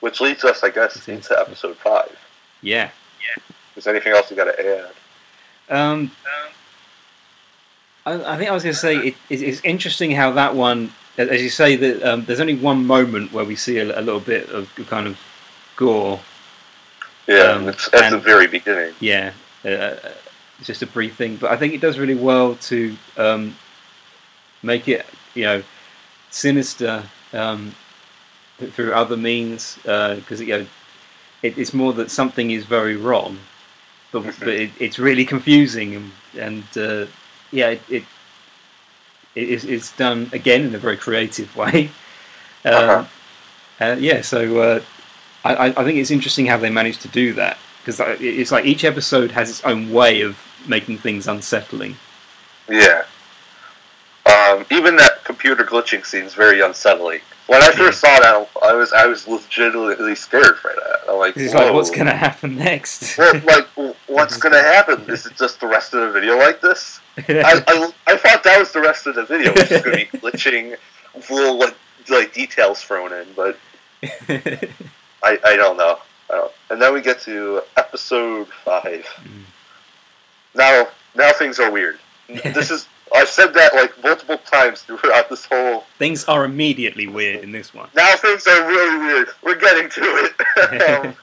[SPEAKER 2] Which leads us, I guess, into episode five.
[SPEAKER 1] Yeah.
[SPEAKER 2] Is there anything else you got to add?
[SPEAKER 1] Um, I, I think I was going to say it, it, it's interesting how that one, a- as you say, that um, there's only one moment where we see a, a little bit of kind of gore.
[SPEAKER 2] Yeah,
[SPEAKER 1] Um,
[SPEAKER 2] it's at the
[SPEAKER 1] and-
[SPEAKER 2] very beginning.
[SPEAKER 1] Yeah, uh, uh, it's just a brief thing, but I think it does really well to um, make it, you know, sinister um, th- through other means because you know it, it's more that something is very wrong, but,
[SPEAKER 2] Mhm.
[SPEAKER 1] but it, it's really confusing and and uh, yeah, it, it, it is, it's done again in a very creative way. Um,
[SPEAKER 2] Uh-huh.
[SPEAKER 1] uh, yeah, so uh, I, I- I think it's interesting how they managed to do that because it's like each episode has its own way of making things unsettling.
[SPEAKER 2] Yeah. Um, even that computer glitching scene is very unsettling. When I first saw that, I was I was legitimately scared for that. I'm like,
[SPEAKER 1] 'Cause it's
[SPEAKER 2] Whoa.
[SPEAKER 1] like, what's going to happen next?
[SPEAKER 2] Well, like, w- what's gonna happen? Is it just the rest of the video like this? I, I, I thought that was the rest of the video, which is gonna be glitching, little like, like details thrown in, but I, I don't know. I don't. And then we get to episode five.
[SPEAKER 1] Mm.
[SPEAKER 2] Now now things are weird. this is I've said that like multiple times throughout this whole.
[SPEAKER 1] things are immediately weird in this one.
[SPEAKER 2] Now things are really weird. We're getting to it. um,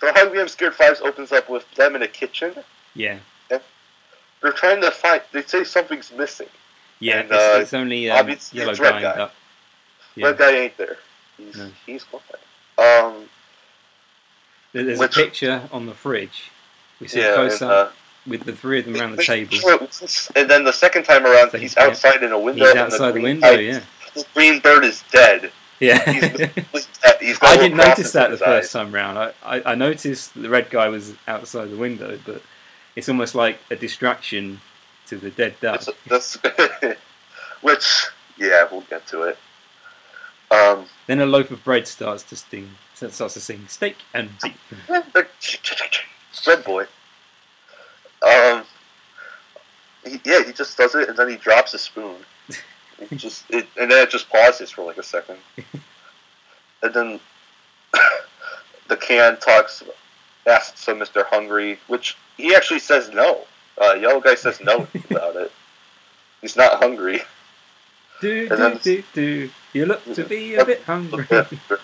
[SPEAKER 2] the Hungry I'm Scared Fives opens up with them in a kitchen.
[SPEAKER 1] Yeah,
[SPEAKER 2] They're trying to find. They say something's missing.
[SPEAKER 1] yeah.
[SPEAKER 2] And,
[SPEAKER 1] it's,
[SPEAKER 2] uh,
[SPEAKER 1] it's only um,
[SPEAKER 2] obviously
[SPEAKER 1] yellow
[SPEAKER 2] it's red
[SPEAKER 1] guy.
[SPEAKER 2] guy.
[SPEAKER 1] Up. Yeah.
[SPEAKER 2] That guy ain't there. He's
[SPEAKER 1] No.
[SPEAKER 2] he's gone. Um,
[SPEAKER 1] There- There's
[SPEAKER 2] Which-
[SPEAKER 1] a picture on the fridge. We see
[SPEAKER 2] yeah,
[SPEAKER 1] a close
[SPEAKER 2] and,
[SPEAKER 1] up
[SPEAKER 2] uh,
[SPEAKER 1] with the three of them around the table.
[SPEAKER 2] and then the second time around,
[SPEAKER 1] Second,
[SPEAKER 2] he's
[SPEAKER 1] yeah.
[SPEAKER 2] outside in a window.
[SPEAKER 1] He's
[SPEAKER 2] and
[SPEAKER 1] outside the
[SPEAKER 2] green
[SPEAKER 1] window.
[SPEAKER 2] guy-
[SPEAKER 1] Yeah,
[SPEAKER 2] The green bird is dead.
[SPEAKER 1] yeah.
[SPEAKER 2] He's- He's dead. He's got
[SPEAKER 1] I
[SPEAKER 2] a
[SPEAKER 1] didn't
[SPEAKER 2] little
[SPEAKER 1] notice
[SPEAKER 2] crosses
[SPEAKER 1] that
[SPEAKER 2] in
[SPEAKER 1] the
[SPEAKER 2] his
[SPEAKER 1] first
[SPEAKER 2] eye.
[SPEAKER 1] time round. I, I, I noticed the red guy was outside the window, but it's almost like a distraction to the dead duck.
[SPEAKER 2] It's- That's, which, yeah, we'll get to it. Um,
[SPEAKER 1] Then a loaf of bread starts to sting. so it Starts to sing steak and beef.
[SPEAKER 2] Red boy. Um, he- yeah, he just does it, and then he drops a spoon. It just it, and then it just pauses for like a second, and then the can talks, asks him, "Mr. Hungry," which he actually says no. Uh, yellow guy says no about it. He's not hungry.
[SPEAKER 1] Do
[SPEAKER 2] And
[SPEAKER 1] do
[SPEAKER 2] then-
[SPEAKER 1] do do. You look to be a bit hungry.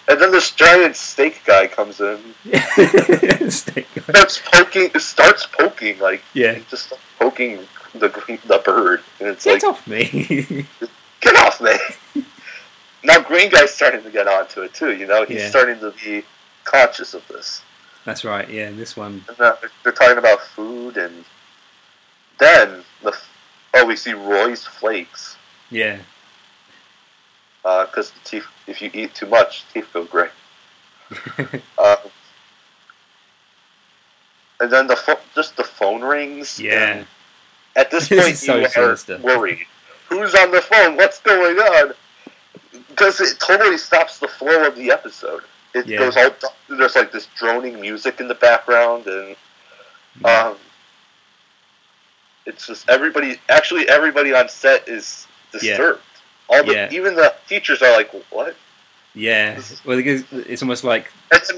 [SPEAKER 2] And then this giant steak guy comes in,
[SPEAKER 1] Steak.
[SPEAKER 2] starts poking, starts poking like
[SPEAKER 1] Yeah.
[SPEAKER 2] He's just poking the green, the bird, and it's
[SPEAKER 1] Get
[SPEAKER 2] like,
[SPEAKER 1] off me.
[SPEAKER 2] get off me! now Green Guy's starting to get onto it too. You know, he's
[SPEAKER 1] Yeah.
[SPEAKER 2] starting to be conscious of this.
[SPEAKER 1] That's right. Yeah, and this one.
[SPEAKER 2] And now they're talking about food, and then the oh, we see Roy's flakes
[SPEAKER 1] Yeah.
[SPEAKER 2] Uh, because the teeth. If you eat too much, teeth go gray. uh, and then the pho- just the phone rings.
[SPEAKER 1] Yeah.
[SPEAKER 2] and At this
[SPEAKER 1] This
[SPEAKER 2] point,
[SPEAKER 1] is so
[SPEAKER 2] you are
[SPEAKER 1] sinister.
[SPEAKER 2] worried. Who's on the phone? What's going on? Because it totally stops the flow of the episode. It
[SPEAKER 1] Yeah.
[SPEAKER 2] goes all there's like this droning music in the background, and um, it's just everybody. Actually, everybody on set is
[SPEAKER 1] Yeah.
[SPEAKER 2] disturbed. All the
[SPEAKER 1] Yeah.
[SPEAKER 2] even the teachers are like, "What?"
[SPEAKER 1] yeah. Well, it is- it's almost like
[SPEAKER 2] It's,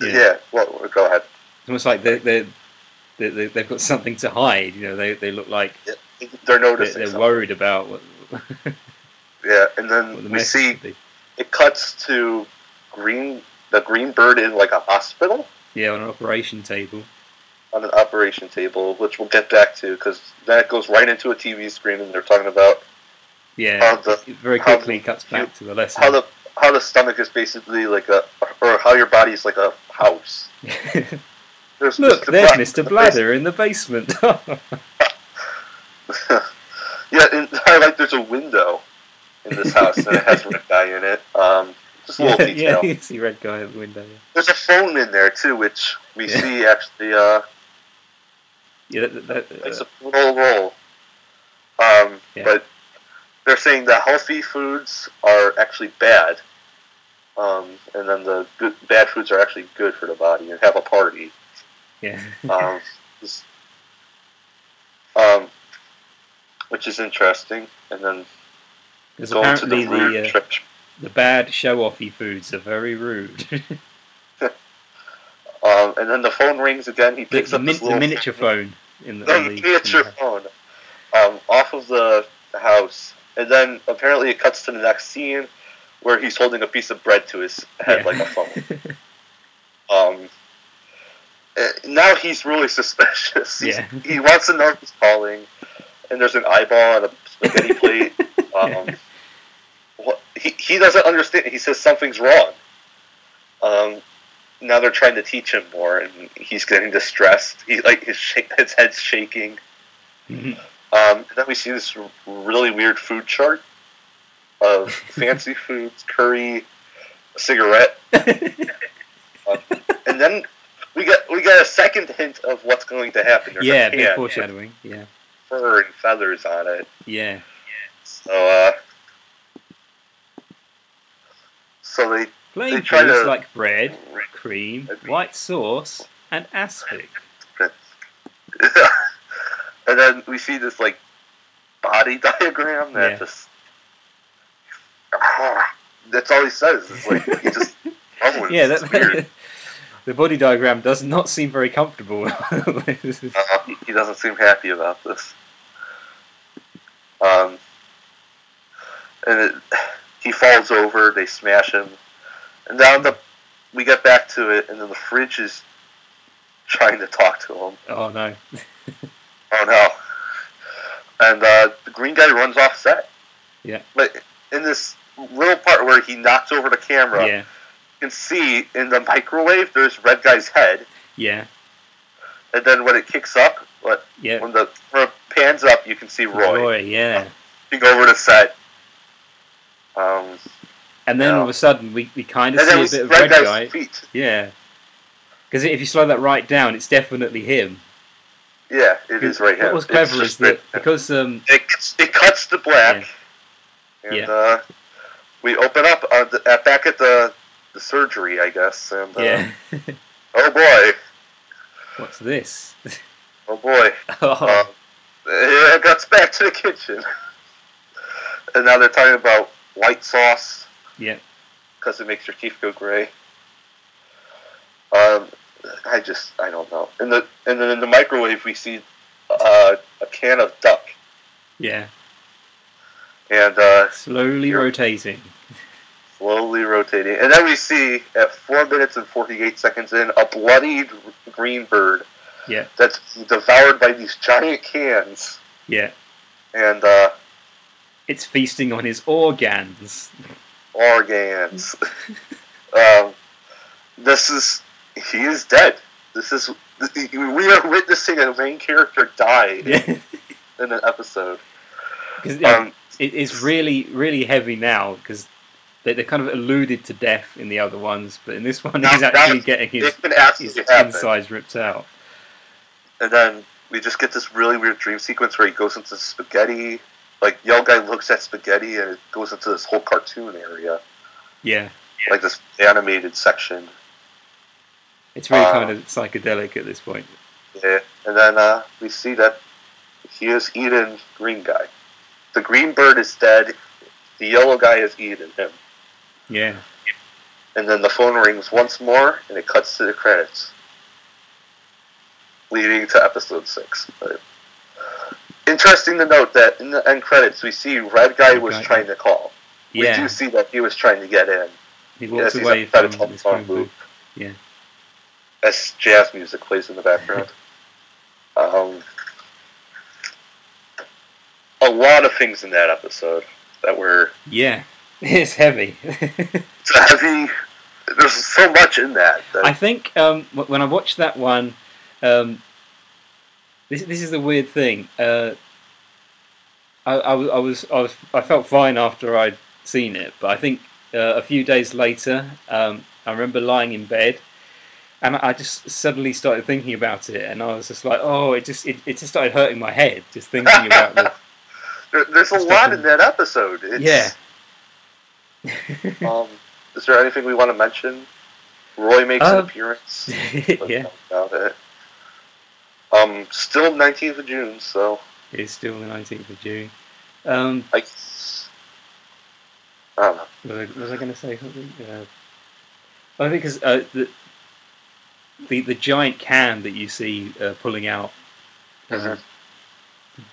[SPEAKER 2] yeah.
[SPEAKER 1] Yeah.
[SPEAKER 2] Well, go ahead.
[SPEAKER 1] it's almost like they they they they- they've got something to hide. You know, they they look like
[SPEAKER 2] They're
[SPEAKER 1] they're,
[SPEAKER 2] noticing.
[SPEAKER 1] they're
[SPEAKER 2] something.
[SPEAKER 1] worried about what, what
[SPEAKER 2] Yeah, and then
[SPEAKER 1] the
[SPEAKER 2] we
[SPEAKER 1] message
[SPEAKER 2] see
[SPEAKER 1] could be.
[SPEAKER 2] it cuts to green the green bird in like a hospital
[SPEAKER 1] Yeah, on an operation table.
[SPEAKER 2] on an operation table, which we'll get back to because that goes right into a TV screen, and they're talking about
[SPEAKER 1] Yeah.
[SPEAKER 2] how the
[SPEAKER 1] It very
[SPEAKER 2] how
[SPEAKER 1] quickly cuts back to the lesson.
[SPEAKER 2] how the how the stomach is basically like a or how your body's like a house. There's
[SPEAKER 1] Look, there's
[SPEAKER 2] Black-
[SPEAKER 1] Mr. Bladder in the basement.
[SPEAKER 2] Yeah, and I like there's a window in this house and it has red dye in it. Um, just a little
[SPEAKER 1] yeah,
[SPEAKER 2] detail.
[SPEAKER 1] yeah, you see red guy at the window. Yeah,
[SPEAKER 2] There's a phone in there too, which we
[SPEAKER 1] Yeah.
[SPEAKER 2] see actually uh,
[SPEAKER 1] yeah that, that, that-
[SPEAKER 2] plays
[SPEAKER 1] uh,
[SPEAKER 2] a pivotal role. Um,
[SPEAKER 1] Yeah.
[SPEAKER 2] But they're saying the healthy foods are actually bad, um, and then the good, bad foods are actually good for the body. And have a party.
[SPEAKER 1] yeah.
[SPEAKER 2] Um, just- um, which is interesting. And then
[SPEAKER 1] Because
[SPEAKER 2] go to the
[SPEAKER 1] apparently
[SPEAKER 2] root
[SPEAKER 1] the uh,
[SPEAKER 2] church.
[SPEAKER 1] the bad show-offy foods are very rude.
[SPEAKER 2] Um, and then the phone rings again. He
[SPEAKER 1] the,
[SPEAKER 2] picks
[SPEAKER 1] the,
[SPEAKER 2] up
[SPEAKER 1] min-
[SPEAKER 2] this little
[SPEAKER 1] the miniature phone in the,
[SPEAKER 2] the
[SPEAKER 1] on the-
[SPEAKER 2] miniature phone um, off of the house, and then apparently it cuts to the next scene where he's holding a piece of bread to his head
[SPEAKER 1] Yeah.
[SPEAKER 2] like a phone. Um, eh, now he's really suspicious. He's-
[SPEAKER 1] Yeah.
[SPEAKER 2] he wants to know who's calling, and there's an eyeball on a spaghetti plate. Um, what, he he doesn't understand. He says something's wrong. Um, now they're trying to teach him more, and he's getting distressed. He like his sh- his head's shaking.
[SPEAKER 1] Mhm.
[SPEAKER 2] Um, and then we see this r- really weird food chart of fancy foods, curry, cigarette, Um, and then we get we get a second hint of what's going to happen. There's a
[SPEAKER 1] yeah, a bit
[SPEAKER 2] can with
[SPEAKER 1] foreshadowing. Yeah,
[SPEAKER 2] fur and feathers on it.
[SPEAKER 1] yeah,
[SPEAKER 2] So, uh, so they
[SPEAKER 1] plain
[SPEAKER 2] try
[SPEAKER 1] foods
[SPEAKER 2] to-
[SPEAKER 1] like bread, cream, white sauce, and aspic.
[SPEAKER 2] and then we see this like body diagram that
[SPEAKER 1] Yeah.
[SPEAKER 2] just that's all he says. It's like he just oh, it's
[SPEAKER 1] yeah, that,
[SPEAKER 2] weird.
[SPEAKER 1] the body diagram does not seem very comfortable. This is-
[SPEAKER 2] Uh, he- he doesn't seem happy about this. Um, and it, he falls over. They smash him, and now the we get back to it, and then the fridge is trying to talk to him.
[SPEAKER 1] oh no.
[SPEAKER 2] Oh no! And uh, the green guy runs off set.
[SPEAKER 1] Yeah.
[SPEAKER 2] But in this little part where he knocks over the camera, you
[SPEAKER 1] Yeah,
[SPEAKER 2] can see in the microwave there's red guy's head,
[SPEAKER 1] yeah,
[SPEAKER 2] and then when it kicks up, what
[SPEAKER 1] yeah.
[SPEAKER 2] when the when it pans up, you can see Roy.
[SPEAKER 1] yeah.
[SPEAKER 2] You go over to set. Um,
[SPEAKER 1] And then
[SPEAKER 2] Yeah.
[SPEAKER 1] all of a sudden, we, we kind
[SPEAKER 2] and
[SPEAKER 1] of
[SPEAKER 2] then
[SPEAKER 1] see
[SPEAKER 2] we
[SPEAKER 1] a
[SPEAKER 2] see
[SPEAKER 1] bit of
[SPEAKER 2] red
[SPEAKER 1] red
[SPEAKER 2] guy's
[SPEAKER 1] guy.
[SPEAKER 2] feet.
[SPEAKER 1] Yeah. Because if you slow that right down, it's definitely him.
[SPEAKER 2] Yeah, it is right here.
[SPEAKER 1] What was
[SPEAKER 2] It's
[SPEAKER 1] clever is
[SPEAKER 2] just
[SPEAKER 1] that
[SPEAKER 2] red-
[SPEAKER 1] because um,
[SPEAKER 2] it, cuts- it cuts to black, and
[SPEAKER 1] Yeah.
[SPEAKER 2] Uh, we open up on the, at, back at the, the surgery, I guess. And uh,
[SPEAKER 1] yeah,
[SPEAKER 2] oh boy,
[SPEAKER 1] what's this?
[SPEAKER 2] oh boy,
[SPEAKER 1] oh,
[SPEAKER 2] um, it cuts back to the kitchen, and now they're talking about white sauce.
[SPEAKER 1] yeah,
[SPEAKER 2] because it makes your teeth go gray. Um, I just I don't know. And the and then in the microwave we see uh, a can of duck,
[SPEAKER 1] yeah.
[SPEAKER 2] and uh,
[SPEAKER 1] Slowly
[SPEAKER 2] Here.
[SPEAKER 1] rotating.
[SPEAKER 2] slowly rotating. And then we see at four minutes and forty eight seconds in a bloodied green bird.
[SPEAKER 1] Yeah.
[SPEAKER 2] That's devoured by these giant cans,
[SPEAKER 1] Yeah,
[SPEAKER 2] and uh,
[SPEAKER 1] it's feasting on his organs.
[SPEAKER 2] organs. um, this is he is dead. This is we are witnessing a main character die
[SPEAKER 1] Yeah,
[SPEAKER 2] in an episode.
[SPEAKER 1] because
[SPEAKER 2] Um,
[SPEAKER 1] it, it's really really heavy now because They, they kind of alluded to death in the other ones, but in this one,
[SPEAKER 2] No,
[SPEAKER 1] he's
[SPEAKER 2] that-
[SPEAKER 1] actually getting his,
[SPEAKER 2] it's been absolutely
[SPEAKER 1] his
[SPEAKER 2] happened.
[SPEAKER 1] insides ripped out.
[SPEAKER 2] and then we just get this really weird dream sequence where he goes into spaghetti. Like Yell guy looks at spaghetti and it goes into this whole cartoon area,
[SPEAKER 1] Yeah,
[SPEAKER 2] like this animated section.
[SPEAKER 1] it's really
[SPEAKER 2] Uh,
[SPEAKER 1] kind of psychedelic at this point.
[SPEAKER 2] Yeah, and then uh, we see that he is Eden Green Guy. The green bird is dead. The yellow guy is Eden him.
[SPEAKER 1] Yeah,
[SPEAKER 2] And then the phone rings once more, and it cuts to the credits, leading to episode six. But interesting to note that in the end credits, we see Red Guy was
[SPEAKER 1] Red Guy.
[SPEAKER 2] trying to call. We
[SPEAKER 1] yeah.
[SPEAKER 2] do see that he was trying to get in
[SPEAKER 1] He walks
[SPEAKER 2] yes, he's
[SPEAKER 1] away
[SPEAKER 2] outside a
[SPEAKER 1] from
[SPEAKER 2] telephone
[SPEAKER 1] this phone
[SPEAKER 2] booth.
[SPEAKER 1] booth. Yeah.
[SPEAKER 2] as jazz music plays in the background. um, a lot of things in that episode that were
[SPEAKER 1] Yeah, it's heavy.
[SPEAKER 2] it's a heavy. There's so much in that. that
[SPEAKER 1] I think um, wh- when I watched that one, um, this this is the weird thing. Uh, I, I, was- I was I was I felt fine after I'd seen it, but I think uh, a few days later, um, I remember lying in bed, and I just suddenly started thinking about it, and I was just like, oh, it just it, it just started hurting my head just thinking about the
[SPEAKER 2] there, there's a
[SPEAKER 1] Stuff
[SPEAKER 2] lot
[SPEAKER 1] in-
[SPEAKER 2] in that episode. It's,
[SPEAKER 1] yeah.
[SPEAKER 2] um, is there anything we want to mention? Roy makes
[SPEAKER 1] Uh,
[SPEAKER 2] an appearance. Let's
[SPEAKER 1] yeah,
[SPEAKER 2] talk About it. Um, still 19th of June, so
[SPEAKER 1] it's still the nineteenth of June. Um,
[SPEAKER 2] I. guess- I don't know.
[SPEAKER 1] Was I, was I going to say something? Uh, I think because uh, the, the the giant can that you see uh, pulling out uh,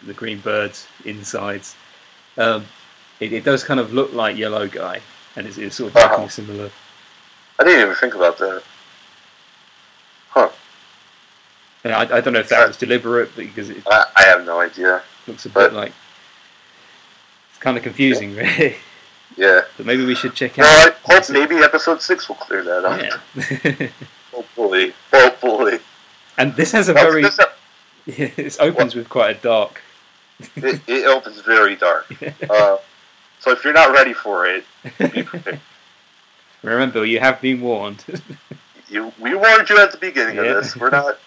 [SPEAKER 1] the green birds' insides, um, it, it does kind of look like yellow guy, and it's, it's sort of
[SPEAKER 2] Uh-huh.
[SPEAKER 1] looking similar.
[SPEAKER 2] I didn't even think about that. Huh.
[SPEAKER 1] And I, I don't know if that was deliberate because it
[SPEAKER 2] I, I have no idea.
[SPEAKER 1] looks a bit
[SPEAKER 2] But-
[SPEAKER 1] like it's kind of confusing, really.
[SPEAKER 2] Yeah.
[SPEAKER 1] But maybe we should check
[SPEAKER 2] Well, I
[SPEAKER 1] out.
[SPEAKER 2] hope maybe episode six will clear that up.
[SPEAKER 1] Yeah.
[SPEAKER 2] Hopefully. Hopefully.
[SPEAKER 1] and this has a
[SPEAKER 2] Well,
[SPEAKER 1] very.
[SPEAKER 2] this ep-
[SPEAKER 1] this opens with quite a dark.
[SPEAKER 2] it, it opens very dark. Uh, so if you're not ready for it, be prepared.
[SPEAKER 1] Remember, you have been warned.
[SPEAKER 2] you, we warned you at the beginning
[SPEAKER 1] Yeah.
[SPEAKER 2] of this. We're not.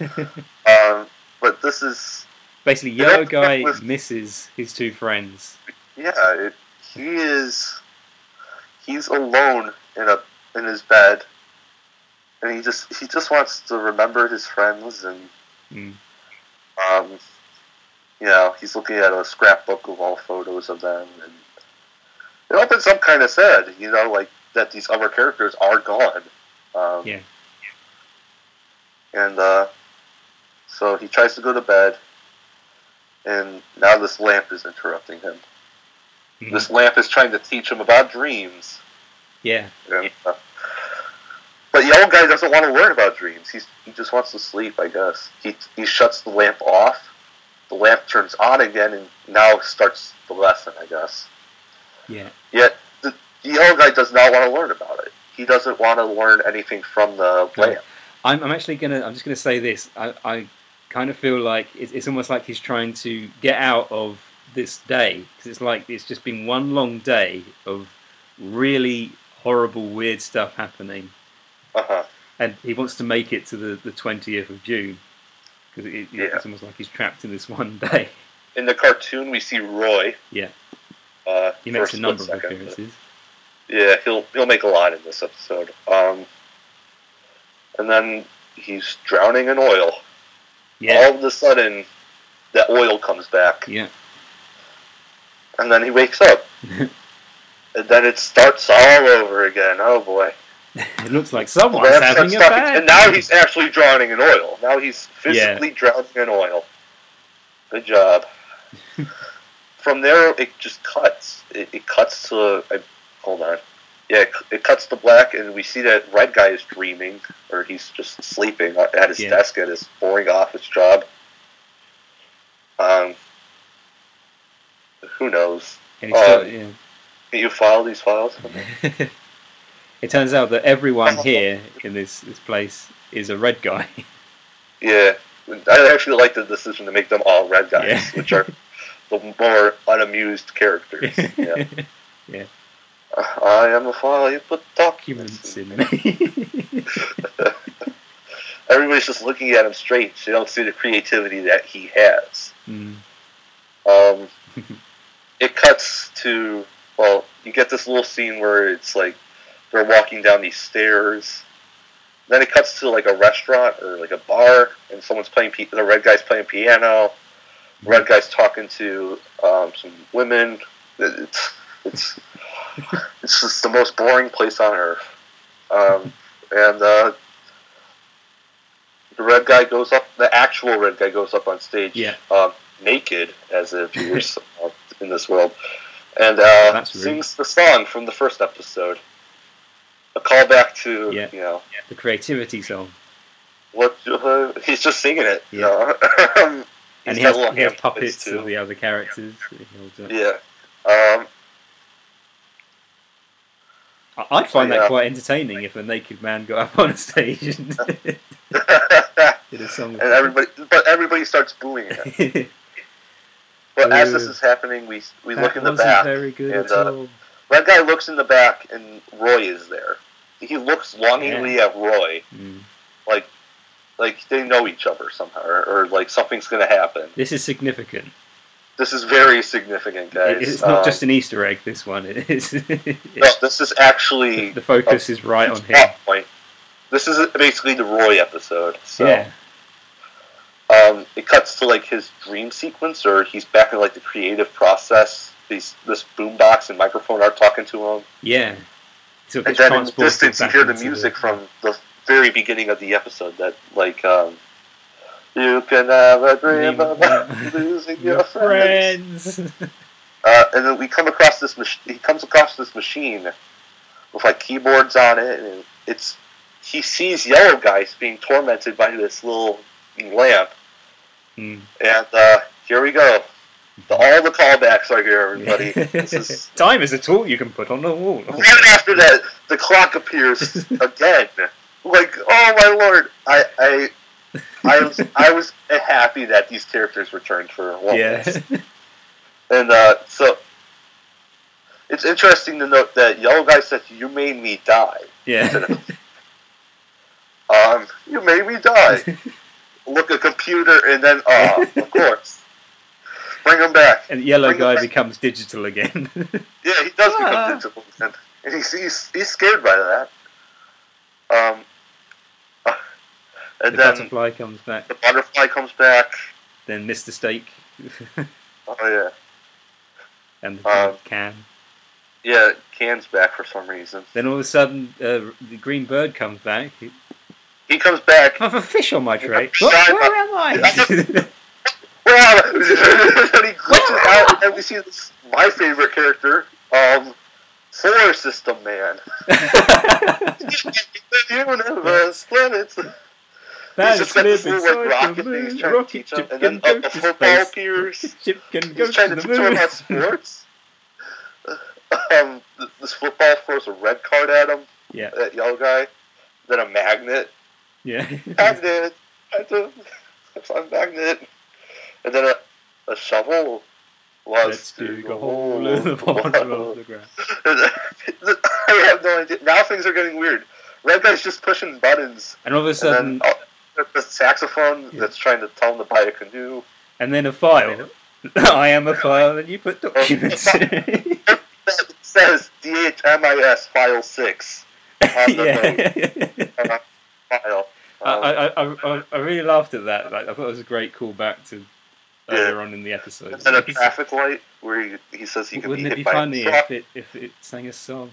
[SPEAKER 2] um, but this is
[SPEAKER 1] Basically,
[SPEAKER 2] Yeah,
[SPEAKER 1] yellow
[SPEAKER 2] that
[SPEAKER 1] guy
[SPEAKER 2] was-
[SPEAKER 1] misses his two friends.
[SPEAKER 2] yeah. It, he is. He's alone in a in his bed, and he just he just wants to remember his friends and
[SPEAKER 1] Mm.
[SPEAKER 2] um, you know, he's looking at a scrapbook of all photos of them, and it opens up kind of sad, you know, like that these other characters are gone. Um,
[SPEAKER 1] Yeah.
[SPEAKER 2] And uh, so he tries to go to bed, and now this lamp is interrupting him.
[SPEAKER 1] Mm.
[SPEAKER 2] This lamp is trying to teach him about dreams.
[SPEAKER 1] Yeah,
[SPEAKER 2] And, uh, but yellow guy doesn't want to learn about dreams. He's, he just wants to sleep, I guess. He, he shuts the lamp off. The lamp turns on again, and now starts the lesson, I guess.
[SPEAKER 1] yeah,
[SPEAKER 2] Yet the, the yellow guy does not want to learn about it. He doesn't want to learn anything from the
[SPEAKER 1] No.
[SPEAKER 2] lamp.
[SPEAKER 1] I'm, I'm actually gonna. I'm just gonna say this. I, I kind of feel like it's, it's almost like he's trying to get out of this day 'cause it's like it's just been one long day of really horrible, weird stuff happening,
[SPEAKER 2] Uh-huh.
[SPEAKER 1] and he wants to make it to the the twentieth of June because it, it-
[SPEAKER 2] Yeah.
[SPEAKER 1] it's almost like he's trapped in this one day.
[SPEAKER 2] In the cartoon, we see Roy.
[SPEAKER 1] Yeah.
[SPEAKER 2] Uh,
[SPEAKER 1] He
[SPEAKER 2] for
[SPEAKER 1] makes a
[SPEAKER 2] split
[SPEAKER 1] number of
[SPEAKER 2] second.
[SPEAKER 1] appearances.
[SPEAKER 2] Yeah, he'll he'll make a lot in this episode. Um, and then he's drowning in oil.
[SPEAKER 1] Yeah,
[SPEAKER 2] All of a sudden, that oil comes back,
[SPEAKER 1] yeah,
[SPEAKER 2] and then he wakes up. and then it starts all over again. Oh boy!
[SPEAKER 1] it looks like someone's
[SPEAKER 2] Lamp
[SPEAKER 1] having
[SPEAKER 2] starts
[SPEAKER 1] a
[SPEAKER 2] talking-
[SPEAKER 1] bad.
[SPEAKER 2] and now
[SPEAKER 1] day.
[SPEAKER 2] he's actually drowning in oil. Now he's physically drowning in oil. Good job. From there, it just cuts. It, it cuts to. I, hold on. Yeah, it, it cuts to black, and we see that red guy is dreaming, or he's just sleeping at his
[SPEAKER 1] Yeah.
[SPEAKER 2] desk at his boring office job. Um, who knows?
[SPEAKER 1] And he's
[SPEAKER 2] Oh.
[SPEAKER 1] got- yeah.
[SPEAKER 2] Can you file these files?
[SPEAKER 1] it turns out that everyone here in this, this place is a red guy.
[SPEAKER 2] Yeah, I actually like the decision to make them all red guys,
[SPEAKER 1] Yeah.
[SPEAKER 2] which are the more unamused characters. Yeah.
[SPEAKER 1] Yeah.
[SPEAKER 2] Uh, I am a file you put documents
[SPEAKER 1] Humans
[SPEAKER 2] in.
[SPEAKER 1] in me.
[SPEAKER 2] Everybody's just looking at him straight. They don't see the creativity that he has.
[SPEAKER 1] Mm.
[SPEAKER 2] Um, it cuts to well, you get this little scene where it's like they're walking down these stairs. Then it cuts to like a restaurant or like a bar, and someone's playing. P- the red guy's playing piano. Red guy's talking to um, some women. It- It's it's it's just the most boring place on earth. Um, and uh, the red guy goes up. The actual red guy goes up on stage
[SPEAKER 1] Yeah.
[SPEAKER 2] um, naked, as if he was uh, in this world, and uh,
[SPEAKER 1] That's rude.
[SPEAKER 2] sings the song from the first episode. A callback to
[SPEAKER 1] Yeah.
[SPEAKER 2] you know
[SPEAKER 1] The creativity song.
[SPEAKER 2] what uh, he's just singing it. you
[SPEAKER 1] Yeah.
[SPEAKER 2] know? Um,
[SPEAKER 1] And
[SPEAKER 2] he's
[SPEAKER 1] he
[SPEAKER 2] got
[SPEAKER 1] has,
[SPEAKER 2] little
[SPEAKER 1] he has
[SPEAKER 2] hand
[SPEAKER 1] puppets
[SPEAKER 2] too.
[SPEAKER 1] of the other characters. that he holds up.
[SPEAKER 2] Yeah. Um,
[SPEAKER 1] I- I'd find that
[SPEAKER 2] Oh, Yeah.
[SPEAKER 1] quite entertaining if a naked man got up on a stage and did a song.
[SPEAKER 2] and everybody, but everybody starts booing it. But as this
[SPEAKER 1] Ooh.
[SPEAKER 2] is happening, we we
[SPEAKER 1] That
[SPEAKER 2] look in the
[SPEAKER 1] wasn't
[SPEAKER 2] back.
[SPEAKER 1] very good
[SPEAKER 2] and,
[SPEAKER 1] at
[SPEAKER 2] uh,
[SPEAKER 1] all.
[SPEAKER 2] That guy looks in the back, and Roy is there. He looks longingly at Roy,
[SPEAKER 1] Mm.
[SPEAKER 2] like like they know each other somehow, or, or like something's going to happen.
[SPEAKER 1] This is significant.
[SPEAKER 2] This is very significant, guys.
[SPEAKER 1] It- it's not
[SPEAKER 2] Um,
[SPEAKER 1] just an Easter egg. This one, it is.
[SPEAKER 2] no,
[SPEAKER 1] it's-
[SPEAKER 2] this is actually
[SPEAKER 1] the focus is right on him.
[SPEAKER 2] plot point. This is basically the Roy episode. So
[SPEAKER 1] Yeah,
[SPEAKER 2] um, it cuts to like his dream sequence, or he's back in like the creative process. These this boombox and microphone are talking to him,
[SPEAKER 1] yeah. So it
[SPEAKER 2] and
[SPEAKER 1] gets
[SPEAKER 2] then in the
[SPEAKER 1] transported
[SPEAKER 2] distance you
[SPEAKER 1] back
[SPEAKER 2] hear the
[SPEAKER 1] into
[SPEAKER 2] music from the very beginning of the episode. That like um, you can have a dream
[SPEAKER 1] Dream
[SPEAKER 2] about
[SPEAKER 1] about
[SPEAKER 2] losing
[SPEAKER 1] your friends.
[SPEAKER 2] Uh, and then we come across this mach- he comes across this machine with like keyboards on it, and it's he sees yellow guys being tormented by this little lamp,
[SPEAKER 1] Mm.
[SPEAKER 2] and uh, here we go. The, all the callbacks are here, everybody. this is
[SPEAKER 1] Time is a tool you can put on the wall.
[SPEAKER 2] right after that. The clock appears again. Like, oh my lord, I, I, I was, I was happy that these characters returned for one.
[SPEAKER 1] yeah,
[SPEAKER 2] once. And uh, so it's interesting to note that Yellow Guy said, "You made me die."
[SPEAKER 1] yeah.
[SPEAKER 2] Um, you made me die. Look at computer, and then ah, of course, bring him back.
[SPEAKER 1] And the yellow
[SPEAKER 2] Bring the
[SPEAKER 1] guy
[SPEAKER 2] back-
[SPEAKER 1] becomes digital again.
[SPEAKER 2] Yeah, he does
[SPEAKER 1] Ah.
[SPEAKER 2] become digital, and, and he's, he's he's scared by that. Um,
[SPEAKER 1] the
[SPEAKER 2] and then
[SPEAKER 1] butterfly comes back.
[SPEAKER 2] the butterfly comes back.
[SPEAKER 1] Then Mr. Steak
[SPEAKER 2] Oh yeah,
[SPEAKER 1] and the
[SPEAKER 2] Um,
[SPEAKER 1] can.
[SPEAKER 2] yeah, Can's back for some reason.
[SPEAKER 1] Then all of a sudden, uh, the green bird comes back.
[SPEAKER 2] He comes back.
[SPEAKER 1] I have a fish on my tray.
[SPEAKER 2] Shut
[SPEAKER 1] What,
[SPEAKER 2] up.
[SPEAKER 1] where am I?
[SPEAKER 2] and he glitches out, and we see this, my favorite character, um, Solar System Man. Universe, planets. He's
[SPEAKER 1] That's
[SPEAKER 2] just got this little like,
[SPEAKER 1] inside the
[SPEAKER 2] rocket thing he's
[SPEAKER 1] moon.
[SPEAKER 2] trying to
[SPEAKER 1] Rocket
[SPEAKER 2] teach him,
[SPEAKER 1] ship
[SPEAKER 2] and
[SPEAKER 1] can
[SPEAKER 2] then
[SPEAKER 1] go
[SPEAKER 2] a
[SPEAKER 1] to
[SPEAKER 2] football
[SPEAKER 1] space.
[SPEAKER 2] appears.
[SPEAKER 1] Ship can go
[SPEAKER 2] He's trying
[SPEAKER 1] to
[SPEAKER 2] to
[SPEAKER 1] the
[SPEAKER 2] teach him about
[SPEAKER 1] moon.
[SPEAKER 2] sports. Um, th- this football throws a red card at him,
[SPEAKER 1] Yeah,
[SPEAKER 2] that yellow guy, then a magnet.
[SPEAKER 1] yeah.
[SPEAKER 2] Magnet! I do- it's a magnet! And then a, a shovel. Was Oh,
[SPEAKER 1] Let's
[SPEAKER 2] to
[SPEAKER 1] dig a hole in the bottom of the ground.
[SPEAKER 2] I have no idea. Now things are getting weird. Red guy's just pushing buttons,
[SPEAKER 1] And all of a
[SPEAKER 2] and
[SPEAKER 1] sudden,
[SPEAKER 2] then uh, there's the saxophone
[SPEAKER 1] Yeah.
[SPEAKER 2] that's trying to tell him to buy a canoe.
[SPEAKER 1] and then a file. I am a file, and you put documents.
[SPEAKER 2] That says DHMIS file six on the
[SPEAKER 1] yeah.
[SPEAKER 2] uh, file. Um,
[SPEAKER 1] I, I, I, I- I really laughed at that. Like, I thought it was a great callback to
[SPEAKER 2] Yeah.
[SPEAKER 1] earlier on in the episode.
[SPEAKER 2] Um, and then a traffic light where he, he says he could be
[SPEAKER 1] Wouldn't
[SPEAKER 2] hit
[SPEAKER 1] it be
[SPEAKER 2] by
[SPEAKER 1] funny
[SPEAKER 2] a truck.
[SPEAKER 1] if it if it sang a song?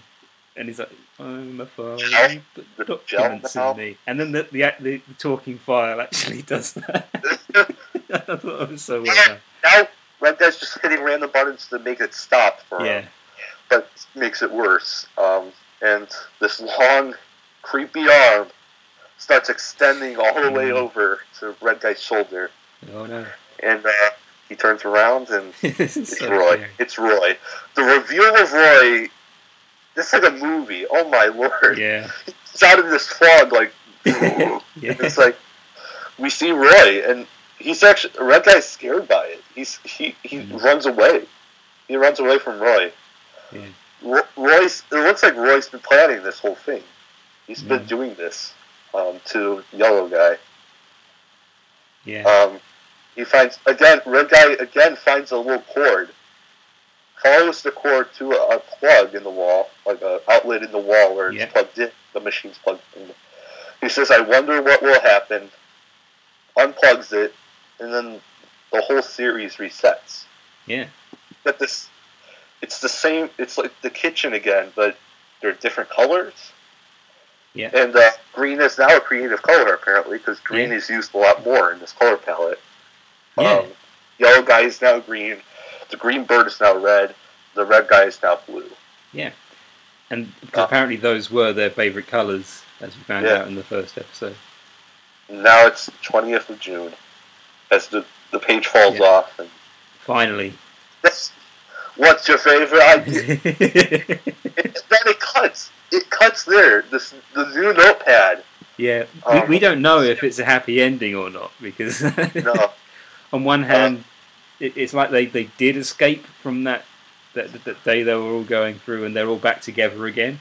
[SPEAKER 1] And he's like, I'm a file,
[SPEAKER 2] Gel-
[SPEAKER 1] you put
[SPEAKER 2] the gel
[SPEAKER 1] documents
[SPEAKER 2] now?
[SPEAKER 1] in me. And then the, the, act- the, the talking file actually does that. I thought it was so well done.
[SPEAKER 2] now Red guy's just hitting random buttons to make it stop for him.
[SPEAKER 1] Yeah.
[SPEAKER 2] that makes it worse. Um, and this long, creepy arm starts extending all the
[SPEAKER 1] Mm.
[SPEAKER 2] way over to Red Guy's shoulder,
[SPEAKER 1] Oh no.
[SPEAKER 2] and uh, he turns around and
[SPEAKER 1] This is
[SPEAKER 2] it's
[SPEAKER 1] so
[SPEAKER 2] Roy.
[SPEAKER 1] scary.
[SPEAKER 2] It's Roy. The reveal of Roy. This is like a movie. Oh my lord!
[SPEAKER 1] Yeah.
[SPEAKER 2] He's out of this fog, like and
[SPEAKER 1] Yeah.
[SPEAKER 2] it's like we see Roy, and he's actually Red Guy's scared by it. He's he he
[SPEAKER 1] Mhm.
[SPEAKER 2] runs away. He runs away from Roy.
[SPEAKER 1] Yeah.
[SPEAKER 2] Ro- Royce, it looks like Roy's been planning this whole thing. He's been
[SPEAKER 1] Mm.
[SPEAKER 2] doing this um, to Yellow Guy.
[SPEAKER 1] Yeah.
[SPEAKER 2] Um, he finds again. Red guy again finds a little cord, follows the cord to a, a plug in the wall, like a outlet in the wall where
[SPEAKER 1] Yeah.
[SPEAKER 2] it's plugged in. The machine's plugged in. He says, "I wonder what will happen." Unplugs it, and then the whole series resets.
[SPEAKER 1] Yeah.
[SPEAKER 2] But this, it's the same. It's like the kitchen again, but they're different colors.
[SPEAKER 1] Yeah.
[SPEAKER 2] And uh, green is now a creative color apparently because green is used a lot more in this color palette.
[SPEAKER 1] Yeah.
[SPEAKER 2] Um, yellow guy is now green. The green bird is now red. The red guy is now blue.
[SPEAKER 1] And apparently those were their favourite colours, as we found
[SPEAKER 2] Yeah.
[SPEAKER 1] out in the first episode.
[SPEAKER 2] Now it's twentieth of June, as the the page falls
[SPEAKER 1] Yeah.
[SPEAKER 2] off. And
[SPEAKER 1] Finally.
[SPEAKER 2] that's what's your favorite idea?
[SPEAKER 1] yeah.
[SPEAKER 2] it, then it cuts. It cuts there. This the new notepad.
[SPEAKER 1] We,
[SPEAKER 2] Um,
[SPEAKER 1] we don't know if it's a happy ending or not, because
[SPEAKER 2] No,
[SPEAKER 1] on one hand, it, it's like they, they did escape from that, that that day they were all going through and they're all back together again.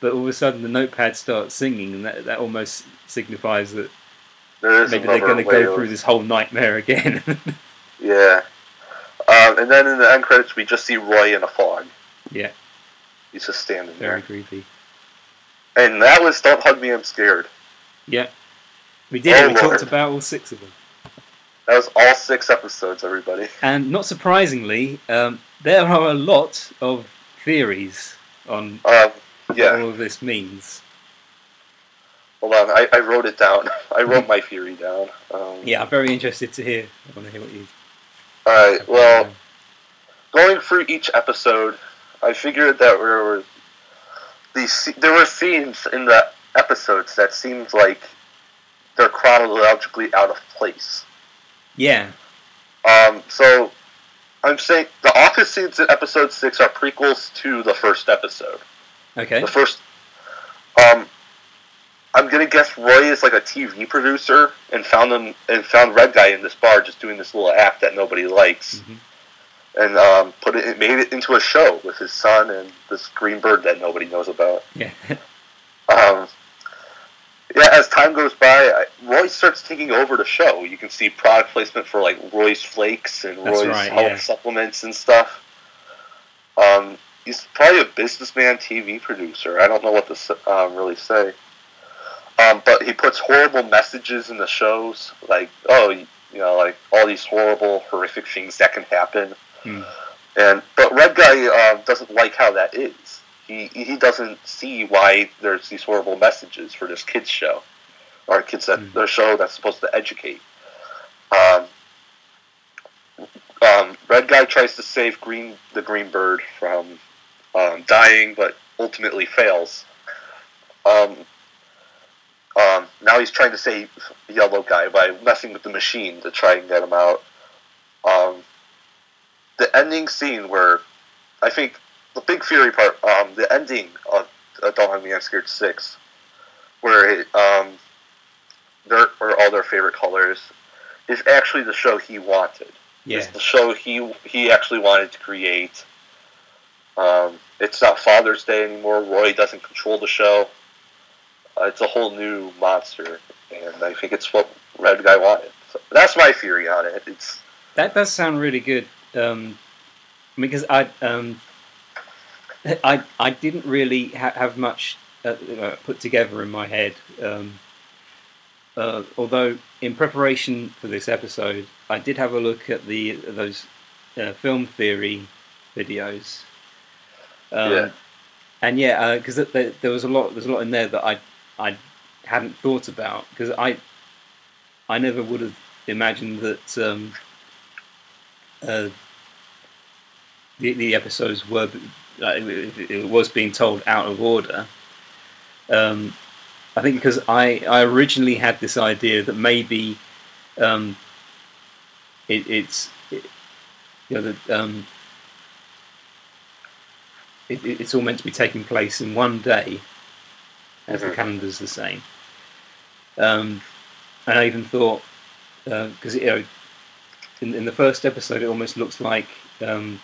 [SPEAKER 1] But all of a sudden, the notepad starts singing, and that, that almost signifies that
[SPEAKER 2] there is
[SPEAKER 1] maybe they're
[SPEAKER 2] another
[SPEAKER 1] going to
[SPEAKER 2] way
[SPEAKER 1] go
[SPEAKER 2] of-
[SPEAKER 1] through this whole nightmare again.
[SPEAKER 2] Yeah. Um, and then in the end credits, we just see Roy in a fog.
[SPEAKER 1] Yeah.
[SPEAKER 2] He's just standing
[SPEAKER 1] Very
[SPEAKER 2] there.
[SPEAKER 1] creepy.
[SPEAKER 2] And that was Don't Hug Me, I'm Scared.
[SPEAKER 1] Yeah. We did it.
[SPEAKER 2] Oh,
[SPEAKER 1] We
[SPEAKER 2] Lord.
[SPEAKER 1] talked about all six of them.
[SPEAKER 2] That was all six episodes, everybody.
[SPEAKER 1] And not surprisingly, um, there are a lot of theories on
[SPEAKER 2] Um,
[SPEAKER 1] what
[SPEAKER 2] yeah,
[SPEAKER 1] all of this means.
[SPEAKER 2] hold on. I, I wrote it down. I wrote my theory down. Um,
[SPEAKER 1] Yeah, I'm very interested to hear. I want to hear what you.
[SPEAKER 2] All right. Well, going through each episode, I figured that there were these sce- there were scenes in the episodes that seemed like they're chronologically out of place.
[SPEAKER 1] yeah,
[SPEAKER 2] Um, so I'm saying the office scenes in episode six are prequels to the first episode.
[SPEAKER 1] okay,
[SPEAKER 2] The first, um, I'm gonna guess Roy is like a TV producer and found him and found Red Guy in this bar just doing this little act that nobody likes
[SPEAKER 1] Mhm.
[SPEAKER 2] and um, put it, it made it into a show with his son and this green bird that nobody knows about.
[SPEAKER 1] yeah,
[SPEAKER 2] Um, yeah, as time goes by, I, Roy starts taking over the show. You can see product placement for like Roy's Flakes and
[SPEAKER 1] That's
[SPEAKER 2] Roy's
[SPEAKER 1] right,
[SPEAKER 2] health
[SPEAKER 1] yeah.
[SPEAKER 2] supplements and stuff. Um, he's probably a businessman, TV producer. I don't know what to s- um, really say. Um, but he puts horrible messages in the shows, like oh, you know, like all these horrible, horrific things that can happen.
[SPEAKER 1] Hmm.
[SPEAKER 2] And but Red Guy um, doesn't like how that is. He he doesn't see why there's these horrible messages for this kids show, or kids that
[SPEAKER 1] Hmm.
[SPEAKER 2] their show that's supposed to educate. Um, um, Red Guy tries to save Green the Green Bird from um, dying, but ultimately fails. Um, um, now he's trying to save Yellow Guy by messing with the machine to try and get him out. Um, the ending scene where I think the big fury part, um, the ending of uh, Don't Hug Me, I'm Scared 6, where it, um, their, or all their favorite colors, is actually the show he wanted.
[SPEAKER 1] yeah,
[SPEAKER 2] It's the show he he actually wanted to create. Um, it's not Father's Day anymore. Roy doesn't control the show. Uh, it's a whole new monster, and I think it's what Red Guy wanted. So that's my theory on it. It's
[SPEAKER 1] that does sound really good. Um, because I, um, I, I didn't really ha- have much uh, uh, put together in my head. Um, uh, although in preparation for this episode, I did have a look at the those uh, film theory videos. Um,
[SPEAKER 2] Yeah.
[SPEAKER 1] And yeah, uh, because there, there was a lot, there's a lot in there that I I hadn't thought about because I I never would have imagined that um, uh, the the episodes were like, it, it- it was being told out of order. Um, I think because I, I originally had this idea that maybe um, it, it's it, you know that um, it, it- it's all meant to be taking place in one day, as the
[SPEAKER 2] Mhm.
[SPEAKER 1] calendar's the same. Um, and I even thought because you know in, in the first episode it almost looks like um,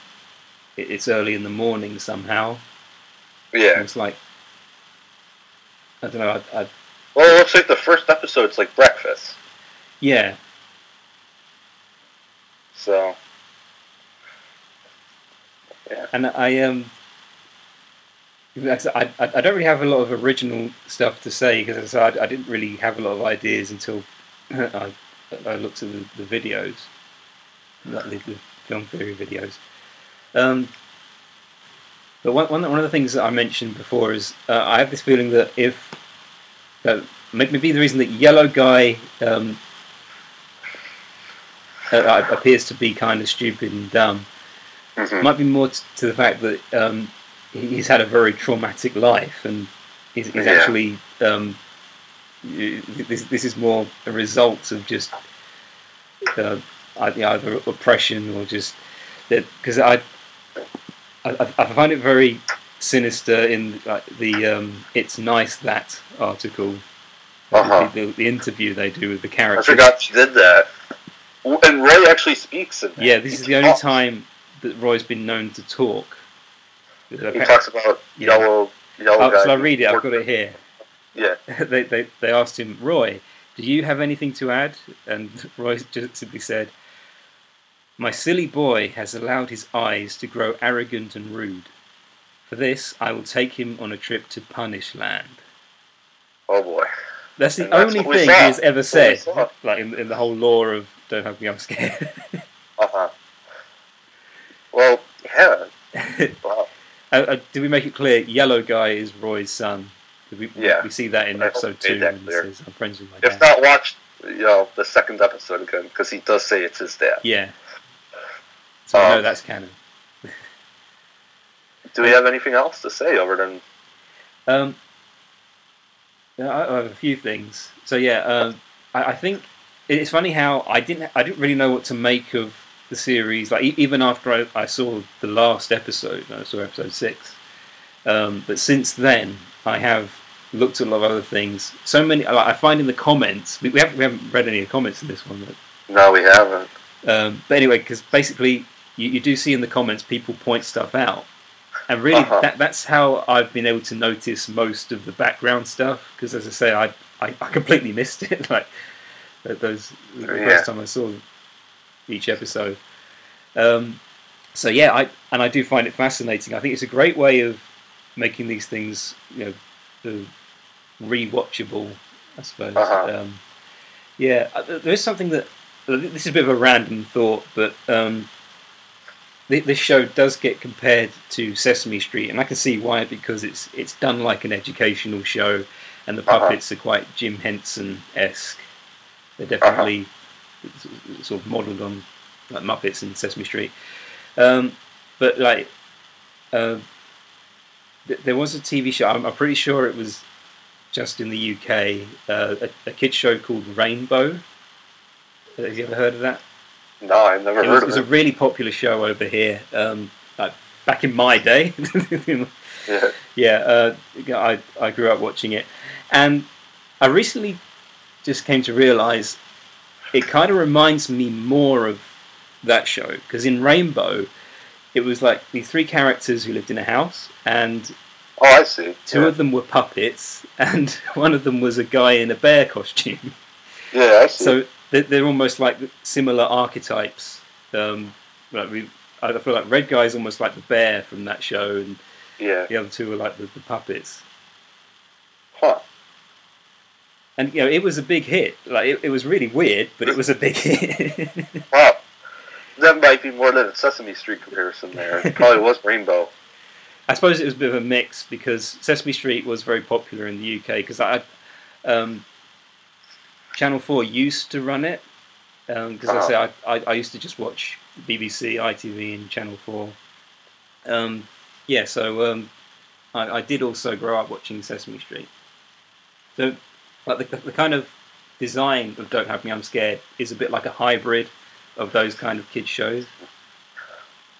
[SPEAKER 1] it, it's early in the morning somehow And
[SPEAKER 2] Yeah.
[SPEAKER 1] it's like, I don't know. I, I,
[SPEAKER 2] Well, it looks like the first episode's like breakfast.
[SPEAKER 1] yeah,
[SPEAKER 2] So
[SPEAKER 1] and I um, that's- I I I don't really have a lot of original stuff to say because I, I didn't really have a lot of ideas until I, I looked at the, the videos, like the, the film theory videos. Um, but one, one one of the things that I mentioned before is uh, I have this feeling that if that may- maybe the reason that yellow guy um, uh, appears to be kind of stupid and dumb
[SPEAKER 2] mhm.
[SPEAKER 1] might be more t- to the fact that um, he- he's had a very traumatic life, and he's, he's
[SPEAKER 2] Yeah.
[SPEAKER 1] actually um, y- this. This is more a result of just uh, ei- either oppression or just that because I, I I find it very sinister in like, the um, "It's Nice That" article,
[SPEAKER 2] Uh-huh.
[SPEAKER 1] the, the, the interview they do with the character.
[SPEAKER 2] I forgot she did that. W- And Ray actually speaks in that.
[SPEAKER 1] Yeah, this
[SPEAKER 2] He
[SPEAKER 1] is the only
[SPEAKER 2] talks-
[SPEAKER 1] time that Roy's been known to talk.
[SPEAKER 2] He talks about
[SPEAKER 1] Yeah.
[SPEAKER 2] yellow, yellow
[SPEAKER 1] Oh,
[SPEAKER 2] guy.
[SPEAKER 1] shall I read it? I've got it here.
[SPEAKER 2] Yeah.
[SPEAKER 1] they, they, they asked him, Roy, do you have anything to add? And Roy just simply said, My silly boy has allowed his eyes to grow arrogant and rude. For this, I will take him on a trip to Punish Land.
[SPEAKER 2] Oh boy.
[SPEAKER 1] That's the
[SPEAKER 2] And that's
[SPEAKER 1] only
[SPEAKER 2] what we
[SPEAKER 1] thing
[SPEAKER 2] saw.
[SPEAKER 1] he has ever
[SPEAKER 2] That's what we
[SPEAKER 1] said,
[SPEAKER 2] saw.
[SPEAKER 1] like in, in the whole lore of Don't Hug Me, I'm Scared.
[SPEAKER 2] Uh huh. Well, yeah. Wow.
[SPEAKER 1] Uh, uh, did we make it clear? Yellow guy is Roy's son. 'Cause We,
[SPEAKER 2] Yeah.
[SPEAKER 1] we see that in
[SPEAKER 2] I hope
[SPEAKER 1] episode
[SPEAKER 2] we
[SPEAKER 1] two.
[SPEAKER 2] made that
[SPEAKER 1] when he
[SPEAKER 2] clear.
[SPEAKER 1] says, "I'm friends with my dad."
[SPEAKER 2] If not, watch you know the second episode again because he does say it's his dad.
[SPEAKER 1] yeah. So I
[SPEAKER 2] Um,
[SPEAKER 1] know that's canon.
[SPEAKER 2] Do we have anything else to say over than
[SPEAKER 1] Um, yeah, I I have a few things. So yeah, um, I, I think it- it's funny how I didn't I didn't really know what to make of the series. Like e- even after I, I saw the last episode, I saw episode six. Um, but since then, I have looked at a lot of other things. So many like, I find in the comments we, we haven't we haven't read any of the comments in this one, but
[SPEAKER 2] no? We haven't.
[SPEAKER 1] um, but anyway, because basically you, you do see in the comments people point stuff out, and really
[SPEAKER 2] Uh-huh.
[SPEAKER 1] that, that's how I've been able to notice most of the background stuff. Because as I say, I, I, I completely missed it. like th- those the
[SPEAKER 2] Yeah.
[SPEAKER 1] first time I saw each episode. Um, so yeah, I and I do find it fascinating. I think it's a great way of making these things you know the rewatchable, I suppose.
[SPEAKER 2] Uh-huh.
[SPEAKER 1] Um, yeah, uh, th- there is something that this is a bit of a random thought, but um, thi- this show does get compared to Sesame Street, and I can see why because it's it's done like an educational show, and the
[SPEAKER 2] Uh-huh.
[SPEAKER 1] puppets are quite Jim Henson esque. They're definitely
[SPEAKER 2] Uh-huh.
[SPEAKER 1] s- sort of modelled on like Muppets and Sesame Street, um, but like. Uh, th- there was a TV show. I'm, I'm pretty sure it was just in the UK. Uh, a, a kids show called Rainbow. Have you ever heard of that?
[SPEAKER 2] No, I've never
[SPEAKER 1] It was,
[SPEAKER 2] heard
[SPEAKER 1] it was a
[SPEAKER 2] of it.
[SPEAKER 1] really popular show over here, um, like back in my day.
[SPEAKER 2] Yeah.
[SPEAKER 1] yeah, uh, I, I grew up watching it. And I recently just came to realize it kind of reminds me more of that show. Because in Rainbow, it was like the three characters who lived in a house, and
[SPEAKER 2] Oh, I see.
[SPEAKER 1] two
[SPEAKER 2] yeah.
[SPEAKER 1] of them were puppets, and one of them was a guy in a bear costume.
[SPEAKER 2] yeah, I see.
[SPEAKER 1] So they're, they're almost like similar archetypes. Um, like we, I feel like Red Guy's almost like the bear from that show, and
[SPEAKER 2] yeah.
[SPEAKER 1] the other two are like the, the puppets.
[SPEAKER 2] Huh.
[SPEAKER 1] And you know, it was a big hit. Like it, it was really weird, but it was a big hit.
[SPEAKER 2] Wow. That might be more than a Sesame Street comparison there. It probably was Rainbow.
[SPEAKER 1] I suppose it was a bit of a mix because Sesame Street was very popular in the UK because I, um, Channel Four used to run it because I say I, I, I used to just watch BBC, ITV, and Channel Four. Um, yeah, so um, I, I did also grow up watching Sesame Street. So, like the, the kind of design of Don't Have Me, I'm Scared is a bit like a hybrid of those kind of kids shows.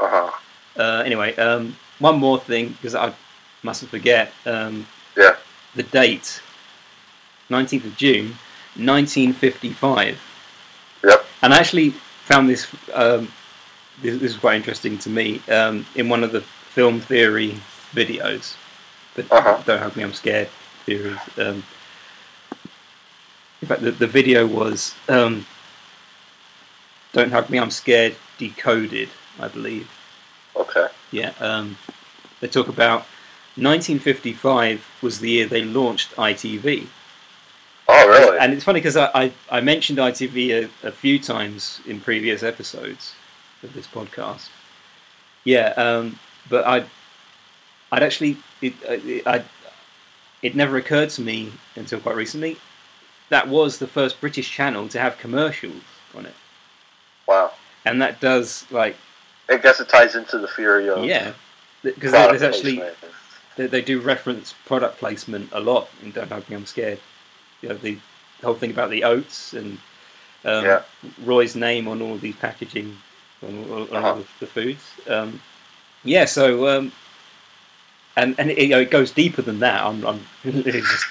[SPEAKER 2] Uh huh.
[SPEAKER 1] Uh, anyway, um, one more thing because I mustn't forget. Um,
[SPEAKER 2] Yeah.
[SPEAKER 1] The date, nineteenth of June, nineteen fifty-five.
[SPEAKER 2] Yep.
[SPEAKER 1] And I actually found this. Um, this, this is quite interesting to me. Um, in one of the film theory videos, but
[SPEAKER 2] Uh-huh.
[SPEAKER 1] don't hug me, I'm scared. Fear of, um, in fact, the, the video was um, "Don't hug me, I'm scared." Decoded, I believe.
[SPEAKER 2] Okay.
[SPEAKER 1] Yeah, um, they talk about 1955 was the year they launched ITV.
[SPEAKER 2] Oh, really?
[SPEAKER 1] And it's funny because I, I, I mentioned ITV a, a few times in previous episodes of this podcast. Yeah, um, but I, I'd actually it, I, I, it never occurred to me until quite recently that was the first British channel to have commercials on it,
[SPEAKER 2] Wow.
[SPEAKER 1] and that does like
[SPEAKER 2] I guess it ties into the theory of
[SPEAKER 1] yeah, because
[SPEAKER 2] product
[SPEAKER 1] there's actually
[SPEAKER 2] placement.
[SPEAKER 1] they, they do reference product placement a lot in Don't Hug Me, I'm Scared. You know, the whole thing about the oats and um,
[SPEAKER 2] Yeah.
[SPEAKER 1] Roy's name on all these packaging, on, all- on all
[SPEAKER 2] Uh-huh.
[SPEAKER 1] the, the foods. Um, yeah, so, um, and, and it, you know, it goes deeper than that. I'm, I'm literally just,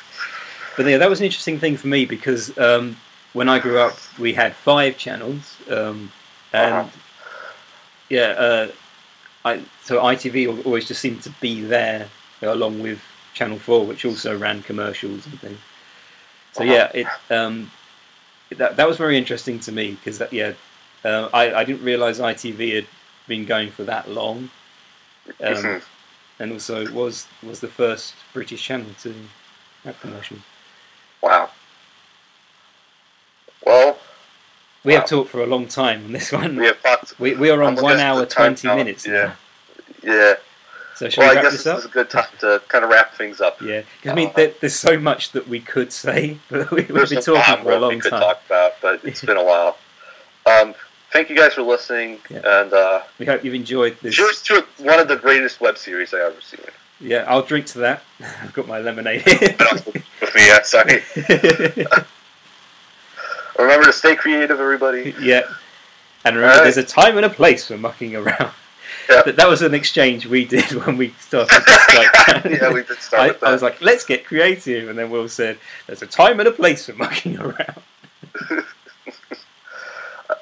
[SPEAKER 1] but yeah, that was an interesting thing for me because um, when I grew up, we had five channels. Um, and
[SPEAKER 2] Uh-huh.
[SPEAKER 1] yeah, uh, I, so ITV al- always just seemed to be there you know, uh, along with Channel Four, which also ran commercials and things. So yeah, it um, that that was very interesting to me because yeah, uh, I I didn't realise ITV had been going for that long, um,
[SPEAKER 2] Mhm.
[SPEAKER 1] and also it was was the first British channel to have commercials.
[SPEAKER 2] Wow. Well,
[SPEAKER 1] We
[SPEAKER 2] Wow.
[SPEAKER 1] have talked for a long time on this one.
[SPEAKER 2] we have talked.
[SPEAKER 1] We, we are on one
[SPEAKER 2] I'm looking at
[SPEAKER 1] hour
[SPEAKER 2] the time
[SPEAKER 1] twenty
[SPEAKER 2] now.
[SPEAKER 1] minutes. now.
[SPEAKER 2] Yeah. Yeah.
[SPEAKER 1] So shall we
[SPEAKER 2] Well, I
[SPEAKER 1] wrap
[SPEAKER 2] guess
[SPEAKER 1] this
[SPEAKER 2] this
[SPEAKER 1] up?
[SPEAKER 2] is a good time to kind of wrap things up.
[SPEAKER 1] Yeah, 'Cause I mean, there, there's so much that we could say, but we, we've
[SPEAKER 2] There's
[SPEAKER 1] been
[SPEAKER 2] some
[SPEAKER 1] talking for a
[SPEAKER 2] lot more
[SPEAKER 1] long
[SPEAKER 2] we could
[SPEAKER 1] time.
[SPEAKER 2] talk about, but it's been a while. Um, thank you guys for listening,
[SPEAKER 1] Yeah.
[SPEAKER 2] and uh,
[SPEAKER 1] We hope you've enjoyed this.
[SPEAKER 2] cheers to one of the greatest web series I ever seen.
[SPEAKER 1] Yeah, I'll drink to that. I've got my lemonade here.
[SPEAKER 2] But also with me, yeah, sorry. Remember to stay creative, everybody.
[SPEAKER 1] yeah. And remember,
[SPEAKER 2] Alright.
[SPEAKER 1] there's a time and a place for mucking around.
[SPEAKER 2] Yeah.
[SPEAKER 1] That, that was an exchange we did when we started this. Like,
[SPEAKER 2] yeah, we did start
[SPEAKER 1] I,
[SPEAKER 2] with
[SPEAKER 1] I
[SPEAKER 2] that.
[SPEAKER 1] was like, let's get creative. And then Will said, there's a time and a place for mucking around.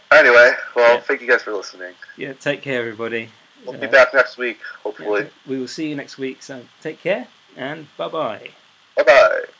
[SPEAKER 2] anyway, well,
[SPEAKER 1] Yeah.
[SPEAKER 2] thank you guys for listening.
[SPEAKER 1] Yeah, take care, everybody. Uh,
[SPEAKER 2] We'll
[SPEAKER 1] Yeah.
[SPEAKER 2] be back next week,
[SPEAKER 1] Yeah,
[SPEAKER 2] hopefully.
[SPEAKER 1] we will see you next week. So take care and bye bye.
[SPEAKER 2] Bye bye.